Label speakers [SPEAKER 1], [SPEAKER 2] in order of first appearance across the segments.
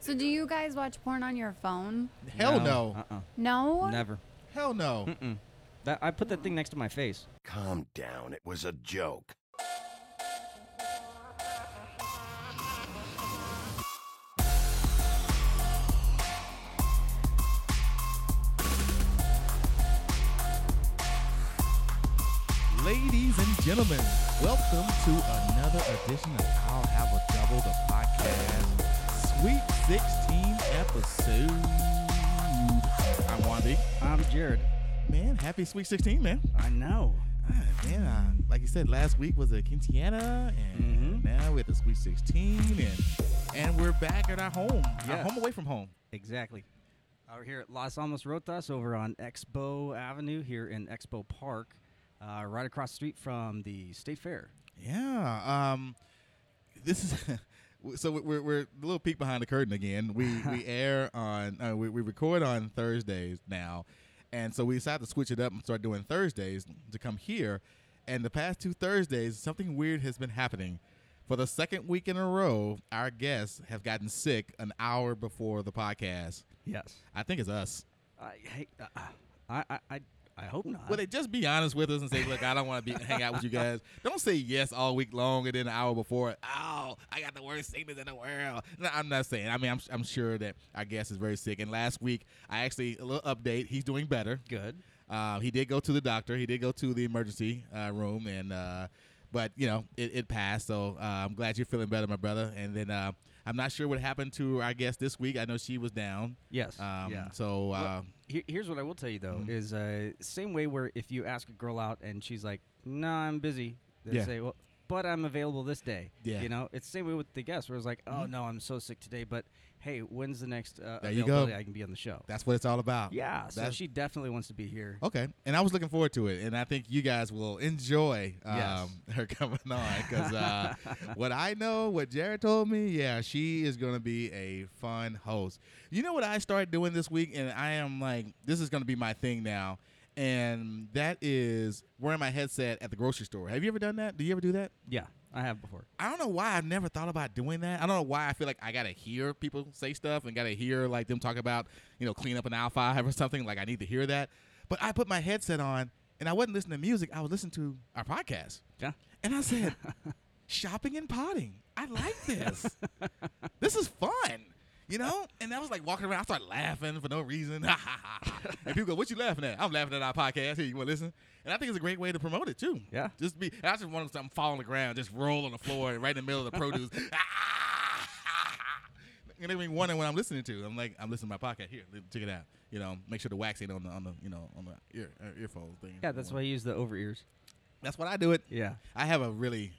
[SPEAKER 1] So do you guys watch porn on your phone?
[SPEAKER 2] Hell no.
[SPEAKER 3] Uh-uh.
[SPEAKER 1] No.
[SPEAKER 3] Never.
[SPEAKER 2] Hell no.
[SPEAKER 3] Mm-mm. That, I put that thing next to my face.
[SPEAKER 4] Calm down. It was a joke.
[SPEAKER 2] Ladies and gentlemen, welcome to another edition of I'll Have a Double the Podcast. Sweet 16 episode. I'm Wandy.
[SPEAKER 3] I'm Jared.
[SPEAKER 2] Man, happy Sweet 16, man.
[SPEAKER 3] I know.
[SPEAKER 2] Ah, Man, I, like you said, last week was a Quintiana, and
[SPEAKER 3] Mhm.
[SPEAKER 2] now we're at the Sweet 16, and and we're back at our home. Our
[SPEAKER 3] Yes.
[SPEAKER 2] home away from home.
[SPEAKER 3] Exactly. Out here at Las Almas Rotas over on Expo Avenue here in Expo Park, uh, right across the street from the State Fair.
[SPEAKER 2] Yeah. Um, this is so we're, we're a little peek behind the curtain again. We we air on uh, we, we record on Thursdays now, and so we decided to switch it up and start doing Thursdays to come here. And the past two Thursdays, something weird has been happening. For the second week in a row, our guests have gotten sick an hour before the podcast.
[SPEAKER 3] Yes.
[SPEAKER 2] I think it's us.
[SPEAKER 3] I hey, uh, uh, I, I I I hope not.
[SPEAKER 2] Well, they just be honest with us and say, "Look, I don't want to be hang out with you guys. Don't say yes all week long and then an hour before. Oh, I got the worst sickness in the world. No, I'm not saying. I mean, I'm I'm sure that our guest is very sick. And last week, I actually a little update. He's doing better.
[SPEAKER 3] Good.
[SPEAKER 2] Uh, he did go to the doctor. He did go to the emergency uh, room, and uh, but you know it, it passed. So uh, I'm glad you're feeling better, my brother. And then uh, I'm not sure what happened to our guest this week. I know she was down.
[SPEAKER 3] Yes.
[SPEAKER 2] Um,
[SPEAKER 3] yeah.
[SPEAKER 2] So uh,
[SPEAKER 3] Well, here- here's what I will tell you though
[SPEAKER 2] Mm-hmm.
[SPEAKER 3] is uh, same way where if you ask a girl out and she's like, "No, nah, I'm busy," they
[SPEAKER 2] Yeah.
[SPEAKER 3] say, "Well, but I'm available this day."
[SPEAKER 2] Yeah. Mm-hmm.
[SPEAKER 3] You know, it's the same way with the guest where it's like, "Oh no, I'm so sick today," but hey, when's the next uh,
[SPEAKER 2] There you go.
[SPEAKER 3] availability I can be on the show?
[SPEAKER 2] that's what it's all about.
[SPEAKER 3] yeah. So
[SPEAKER 2] That's- Oh.
[SPEAKER 3] she definitely wants to be here.
[SPEAKER 2] Okay, and I was looking forward to it, and I think you guys will enjoy um, her coming on because uh, what I know, what Jared told me, yeah, she is going to be a fun host. You know what I started doing this week, and I am like, this is going to be my thing now, and that is wearing my headset at the grocery store. Have you ever done that? Do you ever do that?
[SPEAKER 3] Yeah, I have before.
[SPEAKER 2] I don't know why I've never thought about doing that. I don't know why I feel like I gotta hear people say stuff and gotta hear like them talk about you know clean up an aisle five or something. Like I need to hear that. But I put my headset on and I wasn't listening to music. I was listening to our podcast.
[SPEAKER 3] Yeah.
[SPEAKER 2] And I said, shopping and potting. I like this. this is fun. You know? And I was like walking around. I started laughing for no reason. and people go, What you laughing at? I'm laughing at our podcast. Here, you want to listen? And I think it's a great way to promote it too.
[SPEAKER 3] Yeah.
[SPEAKER 2] Just be, and I just wanted something fall on the ground, just roll on the floor right in the middle of the produce. And every one when I'm listening to, I'm like, I'm listening to my podcast. Here, li- check it out. You know, make sure the wax ain't on the on the you know on the ear uh, earphone thing.
[SPEAKER 3] Yeah, that's why I use the over ears.
[SPEAKER 2] That's what I do it.
[SPEAKER 3] Yeah.
[SPEAKER 2] I have a really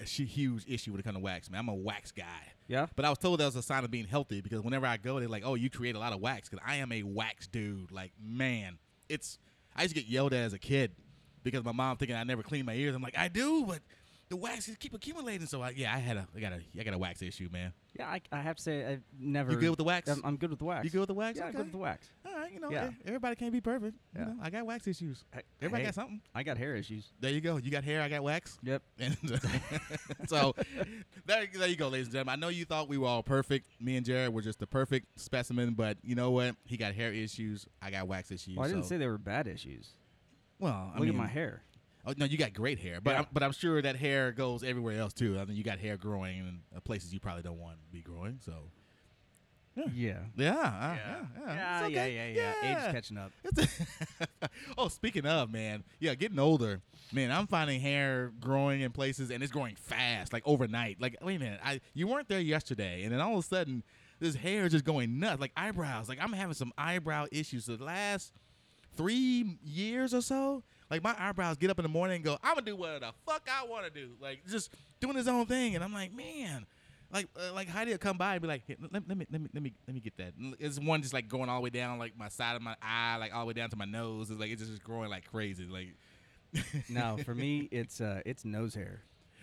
[SPEAKER 2] a sh- huge issue when it comes to wax, man. I'm a wax guy.
[SPEAKER 3] Yeah?
[SPEAKER 2] But I was told that was a sign of being healthy because whenever I go, they're like, "Oh, you create a lot of wax." Because I am a wax dude. Like, man, it's. I used to get yelled at as a kid because my mom thinking I never clean my ears. I'm like, I do, but the waxes keep accumulating. So I, yeah, I had a, I got a, I got a wax issue, man.
[SPEAKER 3] Yeah, I, I have to say I've never.
[SPEAKER 2] good with the wax?
[SPEAKER 3] I'm, I'm good with the wax.
[SPEAKER 2] You good with the wax?
[SPEAKER 3] Yeah, I'm
[SPEAKER 2] Okay.
[SPEAKER 3] good with the wax.
[SPEAKER 2] All right, you know,
[SPEAKER 3] Yeah.
[SPEAKER 2] e- everybody can't be perfect.
[SPEAKER 3] Yeah.
[SPEAKER 2] You know, I got wax issues.
[SPEAKER 3] Hey-
[SPEAKER 2] Everybody
[SPEAKER 3] hey,
[SPEAKER 2] got something.
[SPEAKER 3] I got hair issues.
[SPEAKER 2] There you go. You got hair. I got wax.
[SPEAKER 3] Yep.
[SPEAKER 2] And uh, so there, there you go, ladies and gentlemen. I know you thought we were all perfect. Me and Jared were just the perfect specimen, but you know what? He got hair issues. I got wax issues.
[SPEAKER 3] Well, I didn't
[SPEAKER 2] so-
[SPEAKER 3] say they were bad issues.
[SPEAKER 2] Well, I
[SPEAKER 3] Look
[SPEAKER 2] mean,
[SPEAKER 3] at my hair.
[SPEAKER 2] Oh no, you got great hair, but
[SPEAKER 3] Yeah.
[SPEAKER 2] I'm, but I'm sure that hair goes everywhere else too. I mean, you got hair growing in uh, places you probably don't want to be growing. So
[SPEAKER 3] Yeah.
[SPEAKER 2] yeah, uh, yeah, yeah, It's
[SPEAKER 3] Yeah, yeah,
[SPEAKER 2] okay.
[SPEAKER 3] yeah, yeah,
[SPEAKER 2] Yeah.
[SPEAKER 3] Age catching up.
[SPEAKER 2] It's- oh, speaking of, man, yeah, getting older, man, I'm finding hair growing in places, and it's growing fast, like overnight. Like, wait a minute, I you weren't there yesterday, and then all of a sudden, this hair is just going nuts, like eyebrows. Like I'm having some eyebrow issues the last three years or so. Like my eyebrows get up in the morning and go, I'm gonna do what the fuck I want to do, like just doing his own thing, and I'm like, man. Like, uh, like Heidi will come by and be like, "Hey, let, let me, let me, let me, let me get that. And It's one just like going all the way down, like my side of my eye, like all the way down to my nose. It's like it's just growing like crazy. Like,
[SPEAKER 3] No, for me, it's uh, it's nose hair.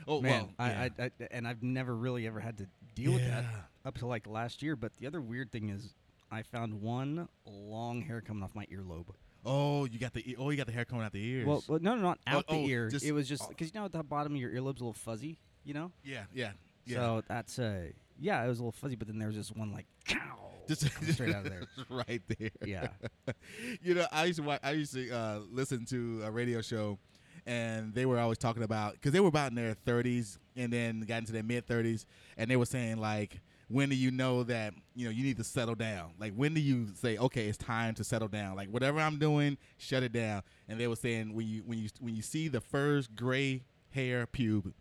[SPEAKER 2] oh
[SPEAKER 3] Man,
[SPEAKER 2] well,
[SPEAKER 3] I,
[SPEAKER 2] yeah.
[SPEAKER 3] I, I and I've never really ever had to deal with
[SPEAKER 2] Yeah.
[SPEAKER 3] that up to like last year. But the other weird thing is, I found one long hair coming off my earlobe.
[SPEAKER 2] oh, you got the, e- oh, you got the hair coming out the ears.
[SPEAKER 3] Well, well, no, no, not
[SPEAKER 2] Oh,
[SPEAKER 3] out the
[SPEAKER 2] oh,
[SPEAKER 3] ear.
[SPEAKER 2] just-
[SPEAKER 3] it was just
[SPEAKER 2] oh.
[SPEAKER 3] because you know at the bottom of your earlobe's a little fuzzy, you know.
[SPEAKER 2] yeah, yeah, yeah.
[SPEAKER 3] So that's uh, Yeah, it was a little fuzzy, but then there was just one like cow
[SPEAKER 2] Just
[SPEAKER 3] straight out of there.
[SPEAKER 2] right there.
[SPEAKER 3] Yeah.
[SPEAKER 2] you know, I used to watch, I used to uh, listen to a radio show, and they were always talking about because they were about in their thirties and then got into their mid thirties, and they were saying like, when do you know that you know you need to settle down? Like, when do you say, okay, it's time to settle down? Like, whatever I'm doing, shut it down. And they were saying when you when you when you see the first gray hair pube.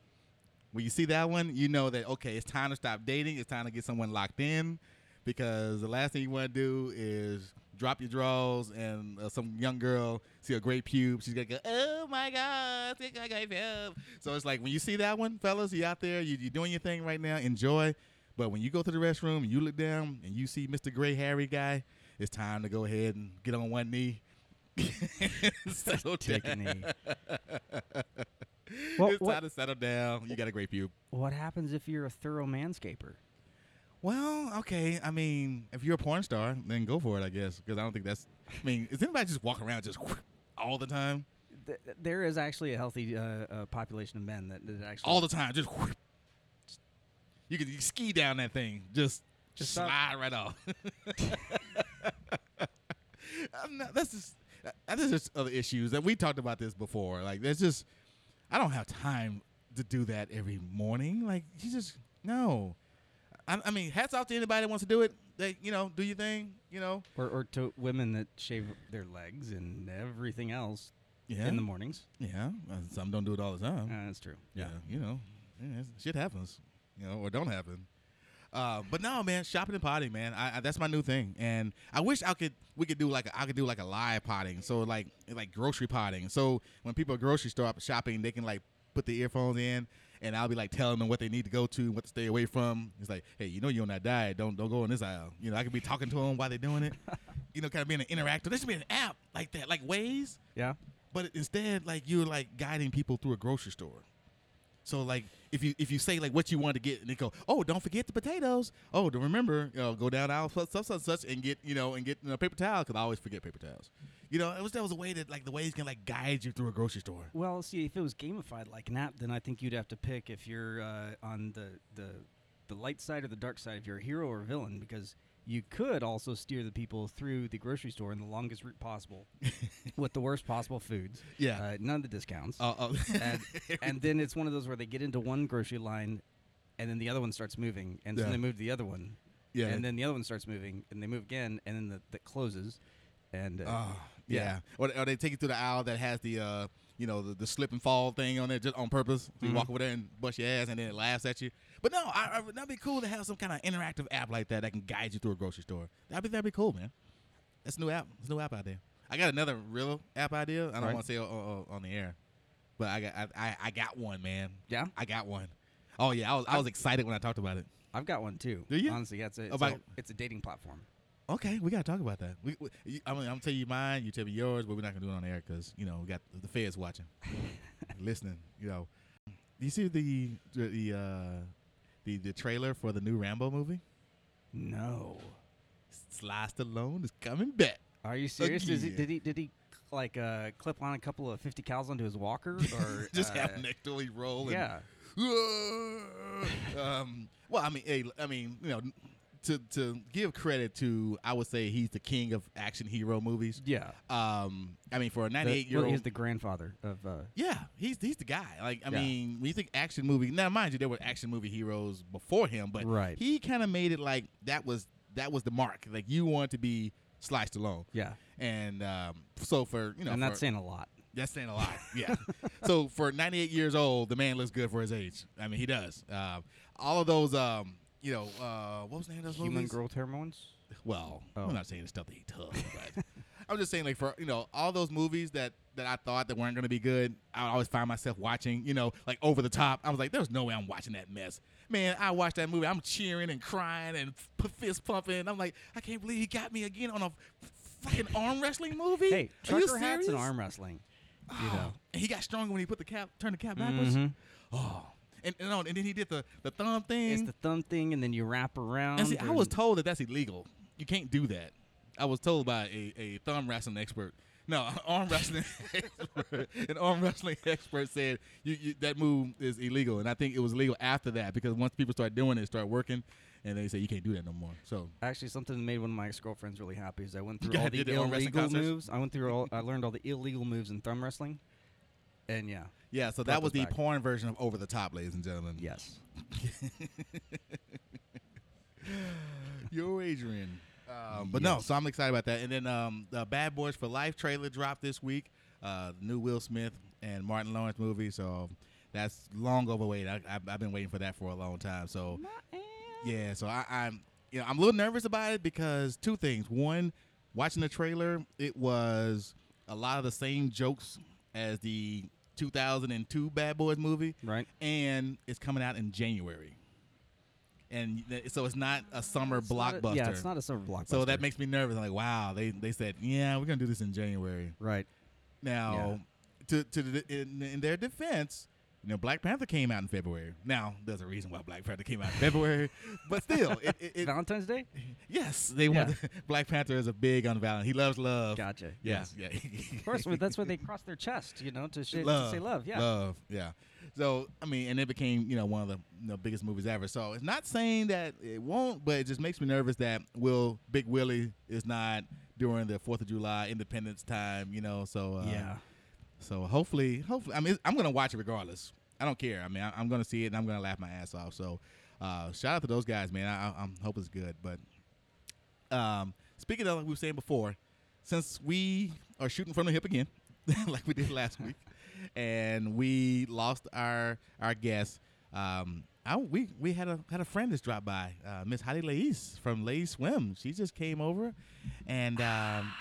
[SPEAKER 2] When you see that one, you know that okay, it's time to stop dating. It's time to get someone locked in, because the last thing you want to do is drop your drawers and uh, some young girl see a great pube. She's gonna go, oh my god, look at my great pube. So it's like when you see that one, fellas, you out there, you you doing your thing right now, enjoy. But when you go to the restroom and you look down and you see Mr. Gray Harry guy, it's time to go ahead and get on one knee. settle
[SPEAKER 3] Take a
[SPEAKER 2] down.
[SPEAKER 3] knee. Well,
[SPEAKER 2] it's
[SPEAKER 3] what-
[SPEAKER 2] time to settle down. You got a great pube.
[SPEAKER 3] What happens if you're a thorough manscaper?
[SPEAKER 2] Well, okay. I mean, if you're a porn star, then go for it, I guess. Because I don't think that's. I mean, is anybody just walking around just all the time,
[SPEAKER 3] Th- there is actually a healthy uh, uh, population of men that, that actually
[SPEAKER 2] all the time, just? You can you ski down that thing, just just
[SPEAKER 3] Just stop.
[SPEAKER 2] slide right off. I'm not, that's just. uh, uh, There's just other issues, and we talked about this before. Like, there's just, I don't have time to do that every morning. Like, you just no. I, I mean, hats off to anybody that wants to do it. Like, you know, do your thing. You know,
[SPEAKER 3] or, or to women that shave their legs and everything else
[SPEAKER 2] yeah.
[SPEAKER 3] in the mornings.
[SPEAKER 2] Yeah, uh, some don't do it all the time.
[SPEAKER 3] Uh, that's true.
[SPEAKER 2] yeah, you know, yeah, it's- shit happens, you know, or don't happen. Uh, but no, man, shopping and potting, man, I, I, that's my new thing, and I wish I could we could do like a, I could do like a live potting, so like like grocery potting. So when people are grocery store shopping, they can like put the earphones in, and I'll be like telling them what they need to go to, what to stay away from. It's like, hey, you know you're on that diet, don't don't go in this aisle. You know, I could be talking to them while they're doing it. you know, kind of being an interactive. There should be an app like that, like Waze.
[SPEAKER 3] Yeah.
[SPEAKER 2] But instead, like you're like guiding people through a grocery store. So like if you if you say like what you want to get and they go, oh, don't forget the potatoes. Oh, to remember, you know, go down aisle such such such, such and get you know and get you know, paper towel because I always forget paper towels. You know, it was that was a way that like the ways can like guide you through a grocery store.
[SPEAKER 3] Well, see, if it was gamified like an app, then I think you'd have to pick if you're uh, on the, the the light side or the dark side, if you're a hero or a villain, because you could also steer the people through the grocery store in the longest route possible, with the worst possible foods.
[SPEAKER 2] Yeah.
[SPEAKER 3] uh, none of the discounts.
[SPEAKER 2] Uh, uh,
[SPEAKER 3] and, and then it's one of those where they get into one grocery line, and then the other one starts moving, and
[SPEAKER 2] Yeah.
[SPEAKER 3] so they move to the other one,
[SPEAKER 2] Yeah.
[SPEAKER 3] and then the other one starts moving, and they move again, and then the, that closes, and uh,
[SPEAKER 2] Oh, yeah. Or, or they take you through the aisle that has the uh, you know, the, the slip and fall thing on there just on purpose. So you walk over there and bust your ass, and then it laughs at you. But no, I, I, that'd be cool to have some kind of interactive app like that that can guide you through a grocery store. That'd be that'd be cool, man. That's a new app. That's a new app out there. I got another real app idea. I don't
[SPEAKER 3] Right.
[SPEAKER 2] want to say o- o- on the air, but I got I, I, I got one, man.
[SPEAKER 3] Yeah?
[SPEAKER 2] I got one. Oh yeah, I was I was excited when I talked about it.
[SPEAKER 3] I've got one too.
[SPEAKER 2] Do you?
[SPEAKER 3] Honestly, that's it. It's,
[SPEAKER 2] About-
[SPEAKER 3] a, it's a dating platform.
[SPEAKER 2] Okay, we gotta talk about that. We, we, you- I mean, I'm gonna tell you mine. You tell me yours, but we're not gonna do it on air because you know we got the feds watching, listening. You know, do you see the the uh, the the trailer for the new Rambo movie?
[SPEAKER 3] No.
[SPEAKER 2] Sly Stallone is coming back.
[SPEAKER 3] Are you serious? Does he,
[SPEAKER 2] yeah.
[SPEAKER 3] did he did he like uh, clip on a couple of fifty cows onto his walker or
[SPEAKER 2] Just
[SPEAKER 3] uh,
[SPEAKER 2] have Nick Dooley roll. And,
[SPEAKER 3] Yeah.
[SPEAKER 2] um, well, I mean, hey, I mean, you know, to to give credit to, I would say he's the king of action hero movies.
[SPEAKER 3] Yeah.
[SPEAKER 2] Um, I mean, for a
[SPEAKER 3] The-
[SPEAKER 2] 98 year
[SPEAKER 3] well,
[SPEAKER 2] old,
[SPEAKER 3] he's the grandfather of. Uh,
[SPEAKER 2] Yeah, he's he's the guy. Like I
[SPEAKER 3] Yeah.
[SPEAKER 2] mean, when you think action movie, now mind you, there were action movie heroes before him, but
[SPEAKER 3] Right.
[SPEAKER 2] he kind of made it like that was that was the mark. Like you want to be sliced alone.
[SPEAKER 3] yeah.
[SPEAKER 2] And um, so for you know,
[SPEAKER 3] I'm not
[SPEAKER 2] for-
[SPEAKER 3] saying a lot.
[SPEAKER 2] that's saying a lot. Yeah. so for 98 years old, the man looks good for his age. I mean, he does. Um, all of those, um, you know, uh, what was the name of those
[SPEAKER 3] Human
[SPEAKER 2] movies?
[SPEAKER 3] growth hormones.
[SPEAKER 2] Well,
[SPEAKER 3] Oh.
[SPEAKER 2] I'm not saying the stuff that he took, but I'm just saying like for you know all those movies that that I thought that weren't going to be good, I would always find myself watching. You know, like over the top. I was like, there's no way I'm watching that mess. Man, I watched that movie. I'm cheering and crying and p- fist pumping. I'm like, I can't believe he got me again on a f- fucking arm wrestling movie.
[SPEAKER 3] Hey,
[SPEAKER 2] Are you
[SPEAKER 3] trucker hats and
[SPEAKER 2] serious?
[SPEAKER 3] arm wrestling. You
[SPEAKER 2] Oh,
[SPEAKER 3] know. Mm-hmm.
[SPEAKER 2] and he got stronger when he put the cap, turned the cap backwards. Oh, and and, no, and then he did the the thumb thing.
[SPEAKER 3] It's the thumb thing, and then you wrap around.
[SPEAKER 2] and see, I was
[SPEAKER 3] and-
[SPEAKER 2] told that that's illegal. You can't do that. I was told by a, a thumb wrestling expert. No, arm wrestling expert. An arm wrestling expert said you, you, that move is illegal, and I think it was illegal after that because once people start doing it, start working, and they say you can't do that no more. So
[SPEAKER 3] Actually, something that made one of my ex-girlfriends really happy is I went through
[SPEAKER 2] Yeah,
[SPEAKER 3] all
[SPEAKER 2] did
[SPEAKER 3] the
[SPEAKER 2] the arm wrestling
[SPEAKER 3] illegal
[SPEAKER 2] contest?
[SPEAKER 3] moves. I went through all. I learned all the illegal moves in thumb wrestling, and yeah,
[SPEAKER 2] yeah, so that was the
[SPEAKER 3] Purple's back.
[SPEAKER 2] porn version of over the top, ladies and gentlemen.
[SPEAKER 3] yes.
[SPEAKER 2] Yo, Adrian. Um, but no, so I'm excited about that. And then um, the Bad Boys for Life trailer dropped this week. Uh, the new Will Smith and Martin Lawrence movie. So that's long overweight. I, I, I've been waiting for that for a long time. So yeah, so I, I'm you know I'm a little nervous about it because two things. One, watching the trailer, it was a lot of the same jokes as the 2002 Bad Boys movie.
[SPEAKER 3] Right.
[SPEAKER 2] And it's coming out in January. And th- so it's not a summer
[SPEAKER 3] It's not a-
[SPEAKER 2] blockbuster.
[SPEAKER 3] yeah, it's not a summer blockbuster.
[SPEAKER 2] So that makes me nervous. I'm like, wow, they, they said, yeah, we're going to do this in January.
[SPEAKER 3] right.
[SPEAKER 2] Now, to, to the, in, in their defense, you know, Black Panther came out in February. Now, there's a reason why Black Panther came out in February, but still, it, it, it,
[SPEAKER 3] Valentine's Day.
[SPEAKER 2] yes, they want Black Panther is a big on Valentine. He loves love.
[SPEAKER 3] Gotcha.
[SPEAKER 2] Yeah,
[SPEAKER 3] Yes.
[SPEAKER 2] yeah.
[SPEAKER 3] Of course, well, that's why they cross their chest, you know, to, sh- to say love. Yeah.
[SPEAKER 2] love, yeah. So I mean, and it became you know one of the you know, biggest movies ever. So it's not saying that it won't, but it just makes me nervous that Will Big Willie is not during the Fourth of July Independence time. You know, so uh,
[SPEAKER 3] Yeah.
[SPEAKER 2] So hopefully, hopefully, I mean, I'm gonna watch it regardless. I don't care. I mean, I, I'm gonna see it and I'm gonna laugh my ass off. So, uh, shout out to those guys, man. I, I, I hope it's good. But um, speaking of like we were saying before, since we are shooting from the hip again, like we did last week, and we lost our our guest, um, I, we we had a had a friend that's dropped by, uh, Miss Heidi Lais from Lais Swim. She just came over, and. Um,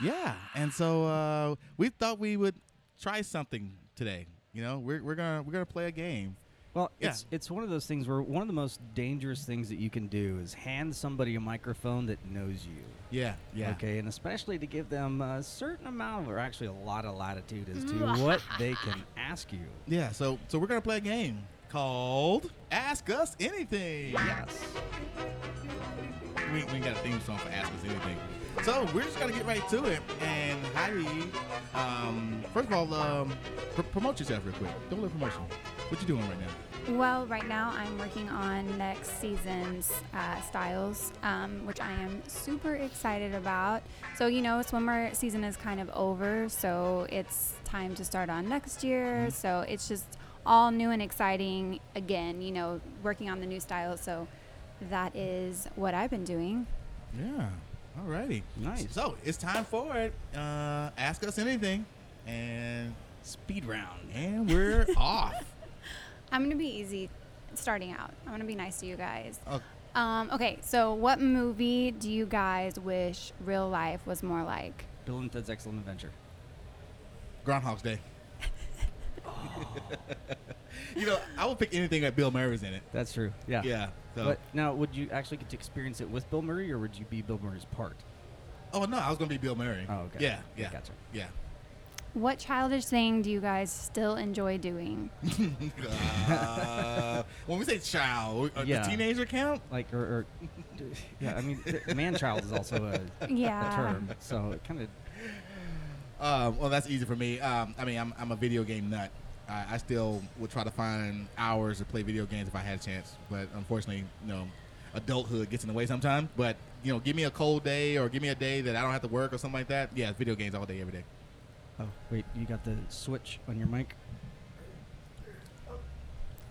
[SPEAKER 2] yeah, and so uh, we thought we would try something today. You know, we're, we're gonna we're gonna play a game.
[SPEAKER 3] Well,
[SPEAKER 2] Yeah.
[SPEAKER 3] it's it's one of those things where one of the most dangerous things that you can do is hand somebody a microphone that knows you.
[SPEAKER 2] Yeah, yeah.
[SPEAKER 3] Okay, and especially to give them a certain amount, or actually a lot of latitude as to what they can ask you.
[SPEAKER 2] Yeah. So so we're gonna play a game called Ask Us Anything.
[SPEAKER 3] Yes.
[SPEAKER 2] We, we ain't got a theme song for Ask Us Anything. So we're just gonna get right to it. And Heidi, um, first of all, um, pr- promote yourself real quick. Don't let promotion. What you doing right now?
[SPEAKER 1] Well, right now I'm working on next season's uh, styles, um, which I am super excited about. So, you know, swimmer season is kind of over, so it's time to start on next year. So it's just all new and exciting again, you know, working on the new styles. So that is what I've been doing.
[SPEAKER 2] Yeah. Alrighty.
[SPEAKER 3] Nice.
[SPEAKER 2] So it's time for it. Uh, ask us anything, and
[SPEAKER 3] Speed round.
[SPEAKER 2] and we're off.
[SPEAKER 1] I'm going to be easy starting out. I'm going to be nice to you guys.
[SPEAKER 2] Oh,
[SPEAKER 1] Um, okay, so what movie do you guys wish real life was more like?
[SPEAKER 3] Bill and Ted's Excellent Adventure.
[SPEAKER 2] Groundhog's Day. you know, I would pick anything that Bill Murray's in it.
[SPEAKER 3] That's true. Yeah.
[SPEAKER 2] Yeah. So.
[SPEAKER 3] But now, would you actually get to experience it with Bill Murray, or would you be Bill Murray's part?
[SPEAKER 2] oh no, I was gonna be Bill Murray.
[SPEAKER 3] Oh, okay.
[SPEAKER 2] Yeah.
[SPEAKER 3] Okay,
[SPEAKER 2] Yeah.
[SPEAKER 3] gotcha.
[SPEAKER 2] Yeah.
[SPEAKER 1] What childish thing do you guys still enjoy doing?
[SPEAKER 2] Uh, when we say child, uh,
[SPEAKER 3] Yeah.
[SPEAKER 2] does teenager count?
[SPEAKER 3] Like, or, or yeah, I mean, man child is also a, a
[SPEAKER 1] Yeah.
[SPEAKER 3] term, so it kind of
[SPEAKER 2] Um, well, that's easy for me. Um, I mean, I'm, I'm a video game nut. I, I still would try to find hours to play video games if I had a chance, but unfortunately, you know, adulthood gets in the way sometimes. But you know, give me a cold day or give me a day that I don't have to work or something like that. Yeah, video games all day, every day.
[SPEAKER 3] Oh, wait, you got the switch on your mic?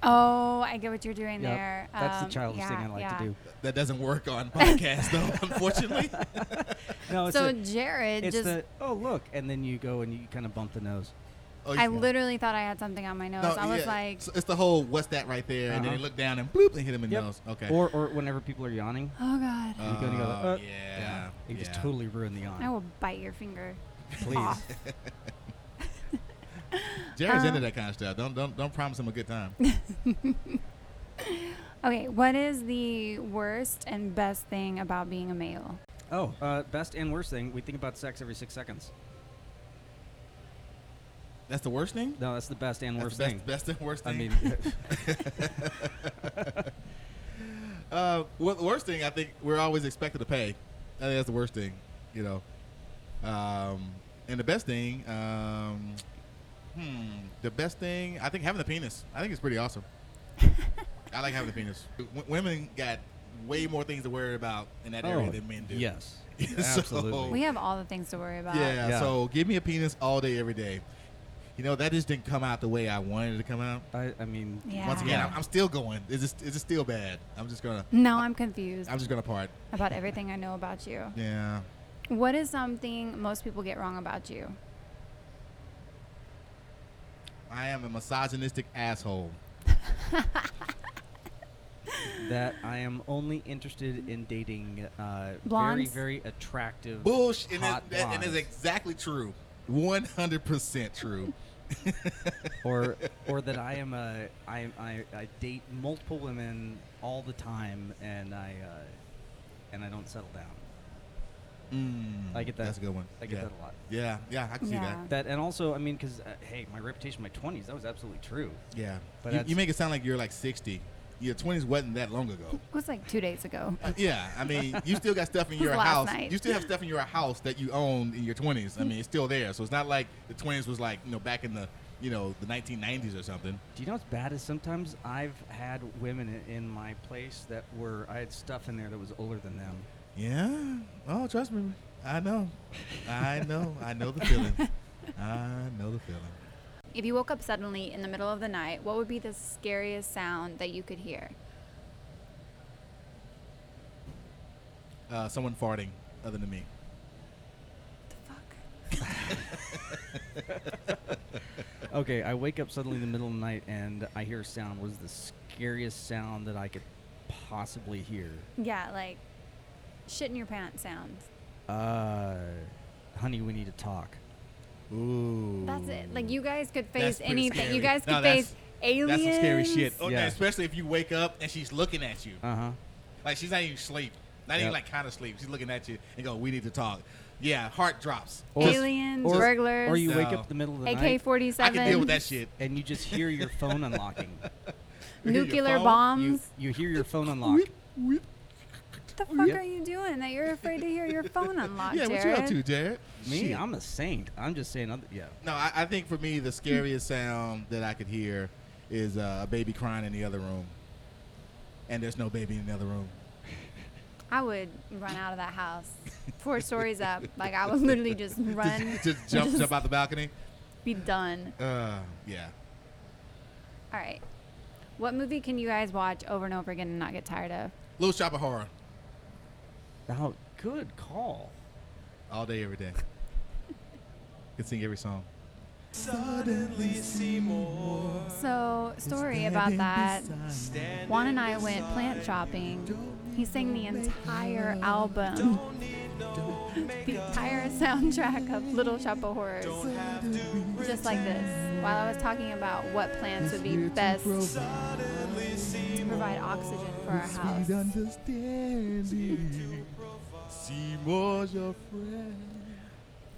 [SPEAKER 1] Oh, I get what you're doing there.
[SPEAKER 3] That's
[SPEAKER 1] Um,
[SPEAKER 3] the childish thing I
[SPEAKER 1] yeah,
[SPEAKER 3] like
[SPEAKER 1] yeah.
[SPEAKER 3] to do.
[SPEAKER 2] That doesn't work on podcasts though, unfortunately.
[SPEAKER 3] No, Oh, it's,
[SPEAKER 1] So
[SPEAKER 3] the-
[SPEAKER 1] Jared
[SPEAKER 3] it's
[SPEAKER 1] just.
[SPEAKER 3] the, oh, look, and then you go and you kind of bump the nose.
[SPEAKER 2] Oh,
[SPEAKER 1] I
[SPEAKER 2] yeah.
[SPEAKER 1] literally thought I had something on my nose.
[SPEAKER 2] No,
[SPEAKER 1] I was
[SPEAKER 2] yeah.
[SPEAKER 1] like,
[SPEAKER 2] So it's the whole "what's that right there?" and then
[SPEAKER 3] Uh-huh.
[SPEAKER 2] they look down and bloop and hit him in the nose. Okay.
[SPEAKER 3] Or, or whenever people are yawning,
[SPEAKER 1] oh god,
[SPEAKER 2] Uh,
[SPEAKER 3] you go and you go,
[SPEAKER 2] Oh,
[SPEAKER 3] uh,
[SPEAKER 2] yeah,
[SPEAKER 3] You just
[SPEAKER 2] yeah.
[SPEAKER 3] totally ruin the yawn.
[SPEAKER 1] I will bite your finger.
[SPEAKER 3] Please.
[SPEAKER 1] off.
[SPEAKER 2] Jared's
[SPEAKER 1] Uh,
[SPEAKER 2] into that kind of stuff. Don't don't don't promise him a good time.
[SPEAKER 1] Okay, what is the worst and best thing about being a male?
[SPEAKER 3] oh, uh, best and worst thing, we think about sex every six seconds.
[SPEAKER 2] That's the worst thing.
[SPEAKER 3] No, that's the best and
[SPEAKER 2] That's
[SPEAKER 3] worst
[SPEAKER 2] the best, Best
[SPEAKER 3] thing.
[SPEAKER 2] and worst
[SPEAKER 3] I
[SPEAKER 2] thing.
[SPEAKER 3] mean,
[SPEAKER 2] uh, well, the worst thing I think we're always expected to pay. I think that's the worst thing, you know. Um, and the best thing, um, hmm, the best thing I think having the penis. I think it's pretty awesome. I like having the penis. W- women got way more things to worry about in that
[SPEAKER 3] Oh,
[SPEAKER 2] area than men do.
[SPEAKER 3] Yes.
[SPEAKER 2] So-
[SPEAKER 3] Absolutely.
[SPEAKER 1] We have all the things to worry about.
[SPEAKER 2] Yeah,
[SPEAKER 3] Yeah.
[SPEAKER 2] So give me a penis all day, every day. You know that just didn't come out the way I wanted it to come out.
[SPEAKER 3] I, I mean,
[SPEAKER 1] Yeah.
[SPEAKER 2] Once again,
[SPEAKER 3] Yeah.
[SPEAKER 2] I'm, I'm still going. Is it, is it still bad? I'm just gonna.
[SPEAKER 1] No, I'm confused
[SPEAKER 2] I'm just gonna part.
[SPEAKER 1] about everything I know about you.
[SPEAKER 2] Yeah.
[SPEAKER 1] What is something most people get wrong about you?
[SPEAKER 2] I am a misogynistic asshole.
[SPEAKER 3] that I am only interested in dating uh, very,
[SPEAKER 1] Blondes?
[SPEAKER 3] very attractive.
[SPEAKER 2] Bullshit. And, that,
[SPEAKER 3] hot
[SPEAKER 2] that- and that's
[SPEAKER 3] blondes.
[SPEAKER 2] exactly true. 100% true.
[SPEAKER 3] or or that I am a I, I I date multiple women all the time and I uh, and I don't settle down.
[SPEAKER 2] Mm,
[SPEAKER 3] I get that.
[SPEAKER 2] That's a good one.
[SPEAKER 3] I get
[SPEAKER 2] yeah.
[SPEAKER 3] that a lot.
[SPEAKER 2] Yeah. Yeah. I can see that.
[SPEAKER 1] Yeah.
[SPEAKER 3] That and also I mean because uh, hey my reputation in my twenties that was absolutely true.
[SPEAKER 2] Yeah.
[SPEAKER 3] But
[SPEAKER 2] you,
[SPEAKER 3] that's-
[SPEAKER 2] you make it sound like you're like 60. Your 20s wasn't that long ago.
[SPEAKER 1] It was like two days ago.
[SPEAKER 2] Yeah, I mean, you still got stuff in
[SPEAKER 1] It was
[SPEAKER 2] your
[SPEAKER 1] last
[SPEAKER 2] house.
[SPEAKER 1] night.
[SPEAKER 2] You still have stuff in your house that you owned in your twenties. I mean, it's still there. So it's not like the twenties was like you know back in the you know the 1990s or something.
[SPEAKER 3] Do you know what's bad is sometimes I've had women i- in my place that were I had stuff in there that was older than them.
[SPEAKER 2] Yeah. Oh, trust me, I know, I know, I know the feeling. I know the feeling.
[SPEAKER 1] If you woke up suddenly in the middle of the night, what would be the scariest sound that you could hear?
[SPEAKER 2] Uh, someone farting, other than me.
[SPEAKER 1] The fuck?
[SPEAKER 3] Okay, I wake up suddenly in the middle of the night and I hear a sound was the scariest sound that I could possibly hear.
[SPEAKER 1] Yeah, like shit in your pants sounds.
[SPEAKER 3] Uh, honey, we need to talk.
[SPEAKER 2] Ooh.
[SPEAKER 1] That's it. Like you guys could
[SPEAKER 2] That's
[SPEAKER 1] face
[SPEAKER 2] pretty
[SPEAKER 1] anything. You
[SPEAKER 2] scary.
[SPEAKER 1] guys could
[SPEAKER 2] No, that's-
[SPEAKER 1] face aliens.
[SPEAKER 2] That's some scary shit. Oh,
[SPEAKER 3] Yeah.
[SPEAKER 2] Especially if you wake up and she's looking at you.
[SPEAKER 3] Uh huh.
[SPEAKER 2] Like she's not even asleep. Not even
[SPEAKER 3] Yep.
[SPEAKER 2] like kind of sleep. She's looking at you and go, "We need to talk." Yeah, heart drops.
[SPEAKER 3] Or-
[SPEAKER 1] aliens,
[SPEAKER 3] or-
[SPEAKER 1] burglars,
[SPEAKER 3] Or you wake
[SPEAKER 2] No.
[SPEAKER 3] up in the middle of the night
[SPEAKER 1] AK-47,
[SPEAKER 2] I can deal with that shit.
[SPEAKER 3] and you just hear your phone unlocking.
[SPEAKER 2] Your
[SPEAKER 1] nuclear
[SPEAKER 2] phone,
[SPEAKER 3] You,
[SPEAKER 1] bombs.
[SPEAKER 3] you hear your phone unlock.
[SPEAKER 1] what the fuck
[SPEAKER 3] Yep.
[SPEAKER 1] are you doing that you're afraid to hear your phone unlocked,
[SPEAKER 2] yeah, what
[SPEAKER 1] Jared?
[SPEAKER 2] you up to, Jared?
[SPEAKER 3] Me,
[SPEAKER 2] Shit.
[SPEAKER 3] I'm a saint. I'm just saying. Other, yeah.
[SPEAKER 2] No, I, I think for me the scariest sound that I could hear is uh, a baby crying in the other room, and there's no baby in the other room.
[SPEAKER 1] I would run out of that house. Four stories up. Like I would literally just run,
[SPEAKER 2] Just, just jump,
[SPEAKER 1] Just
[SPEAKER 2] jump out the balcony.
[SPEAKER 1] be done.
[SPEAKER 2] Uh, yeah.
[SPEAKER 1] All right. What movie can you guys watch over and over again and not get tired of?
[SPEAKER 2] Little Shop of Horror,
[SPEAKER 3] Oh, good call.
[SPEAKER 2] all day, every day. Can sing every song.
[SPEAKER 1] So, story about that. Juan and I went plant shopping. He sang the entire album, the entire soundtrack of Little Shop of Horrors, just like this. While I was talking about what plants would be best to provide oxygen for our house.
[SPEAKER 2] understanding. Seymour's your friend.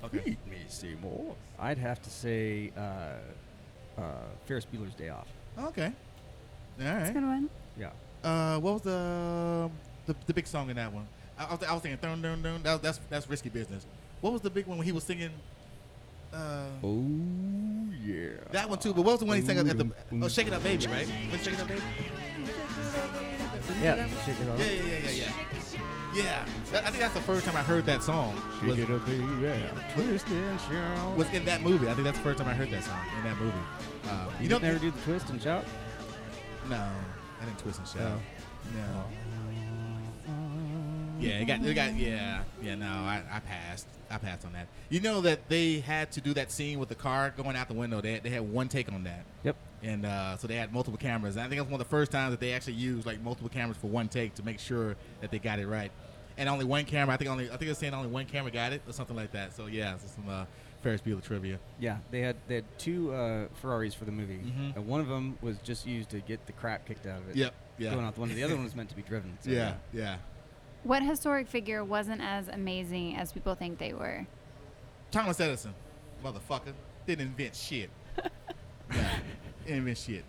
[SPEAKER 2] Okay.
[SPEAKER 3] me, Seymour. I'd have to say, uh, uh, Ferris Bueller's Day Off.
[SPEAKER 2] Okay. All
[SPEAKER 1] That's
[SPEAKER 2] right.
[SPEAKER 1] a good one.
[SPEAKER 3] Yeah.
[SPEAKER 2] Uh, what was the um, the, the big song in that one? I, I, was, I was thinking, dun, dun, dun. That, that's that's risky business. What was the big one when he was singing? Uh,
[SPEAKER 3] Oh yeah.
[SPEAKER 2] that one too. But what was the one he sang at the? Oh, shake it up, baby, right? Was it shake it up, baby.
[SPEAKER 3] Uh-huh. Yeah. Shake it
[SPEAKER 2] Yeah,
[SPEAKER 3] off.
[SPEAKER 2] yeah, yeah, yeah, yeah. Yeah, that, I think that's the first time I heard that song. Was,
[SPEAKER 3] up, yeah. Twist and shout.
[SPEAKER 2] was in that movie. I think that's the first time I heard that song in that movie. Uh,
[SPEAKER 3] You, don't never do the twist and shout.
[SPEAKER 2] No, I didn't twist and shout.
[SPEAKER 3] No.
[SPEAKER 2] No. Oh. Yeah, it got, it got, yeah, yeah. No, I, I passed. I passed on that. You know that they had to do that scene with the car going out the window. They, they had one take on that,
[SPEAKER 3] Yep.
[SPEAKER 2] and uh, so they had multiple cameras. And I think that's one of the first times that they actually used like multiple cameras for one take to make sure that they got it right. And only one camera. I think only. I think they're saying only one camera got it or something like that. So yeah, so some uh, Ferris Bueller trivia.
[SPEAKER 3] Yeah, they had they had two uh, Ferraris for the movie,
[SPEAKER 2] Mhm.
[SPEAKER 3] and one of them was just used to get the crap kicked out of it.
[SPEAKER 2] Yep. Yeah.
[SPEAKER 3] Going out the window. The other one was meant to be driven. So
[SPEAKER 2] yeah. Yeah.
[SPEAKER 1] What historic figure wasn't as amazing as people think they were?
[SPEAKER 2] Thomas Edison, motherfucker, didn't invent shit. Nah, didn't invent shit.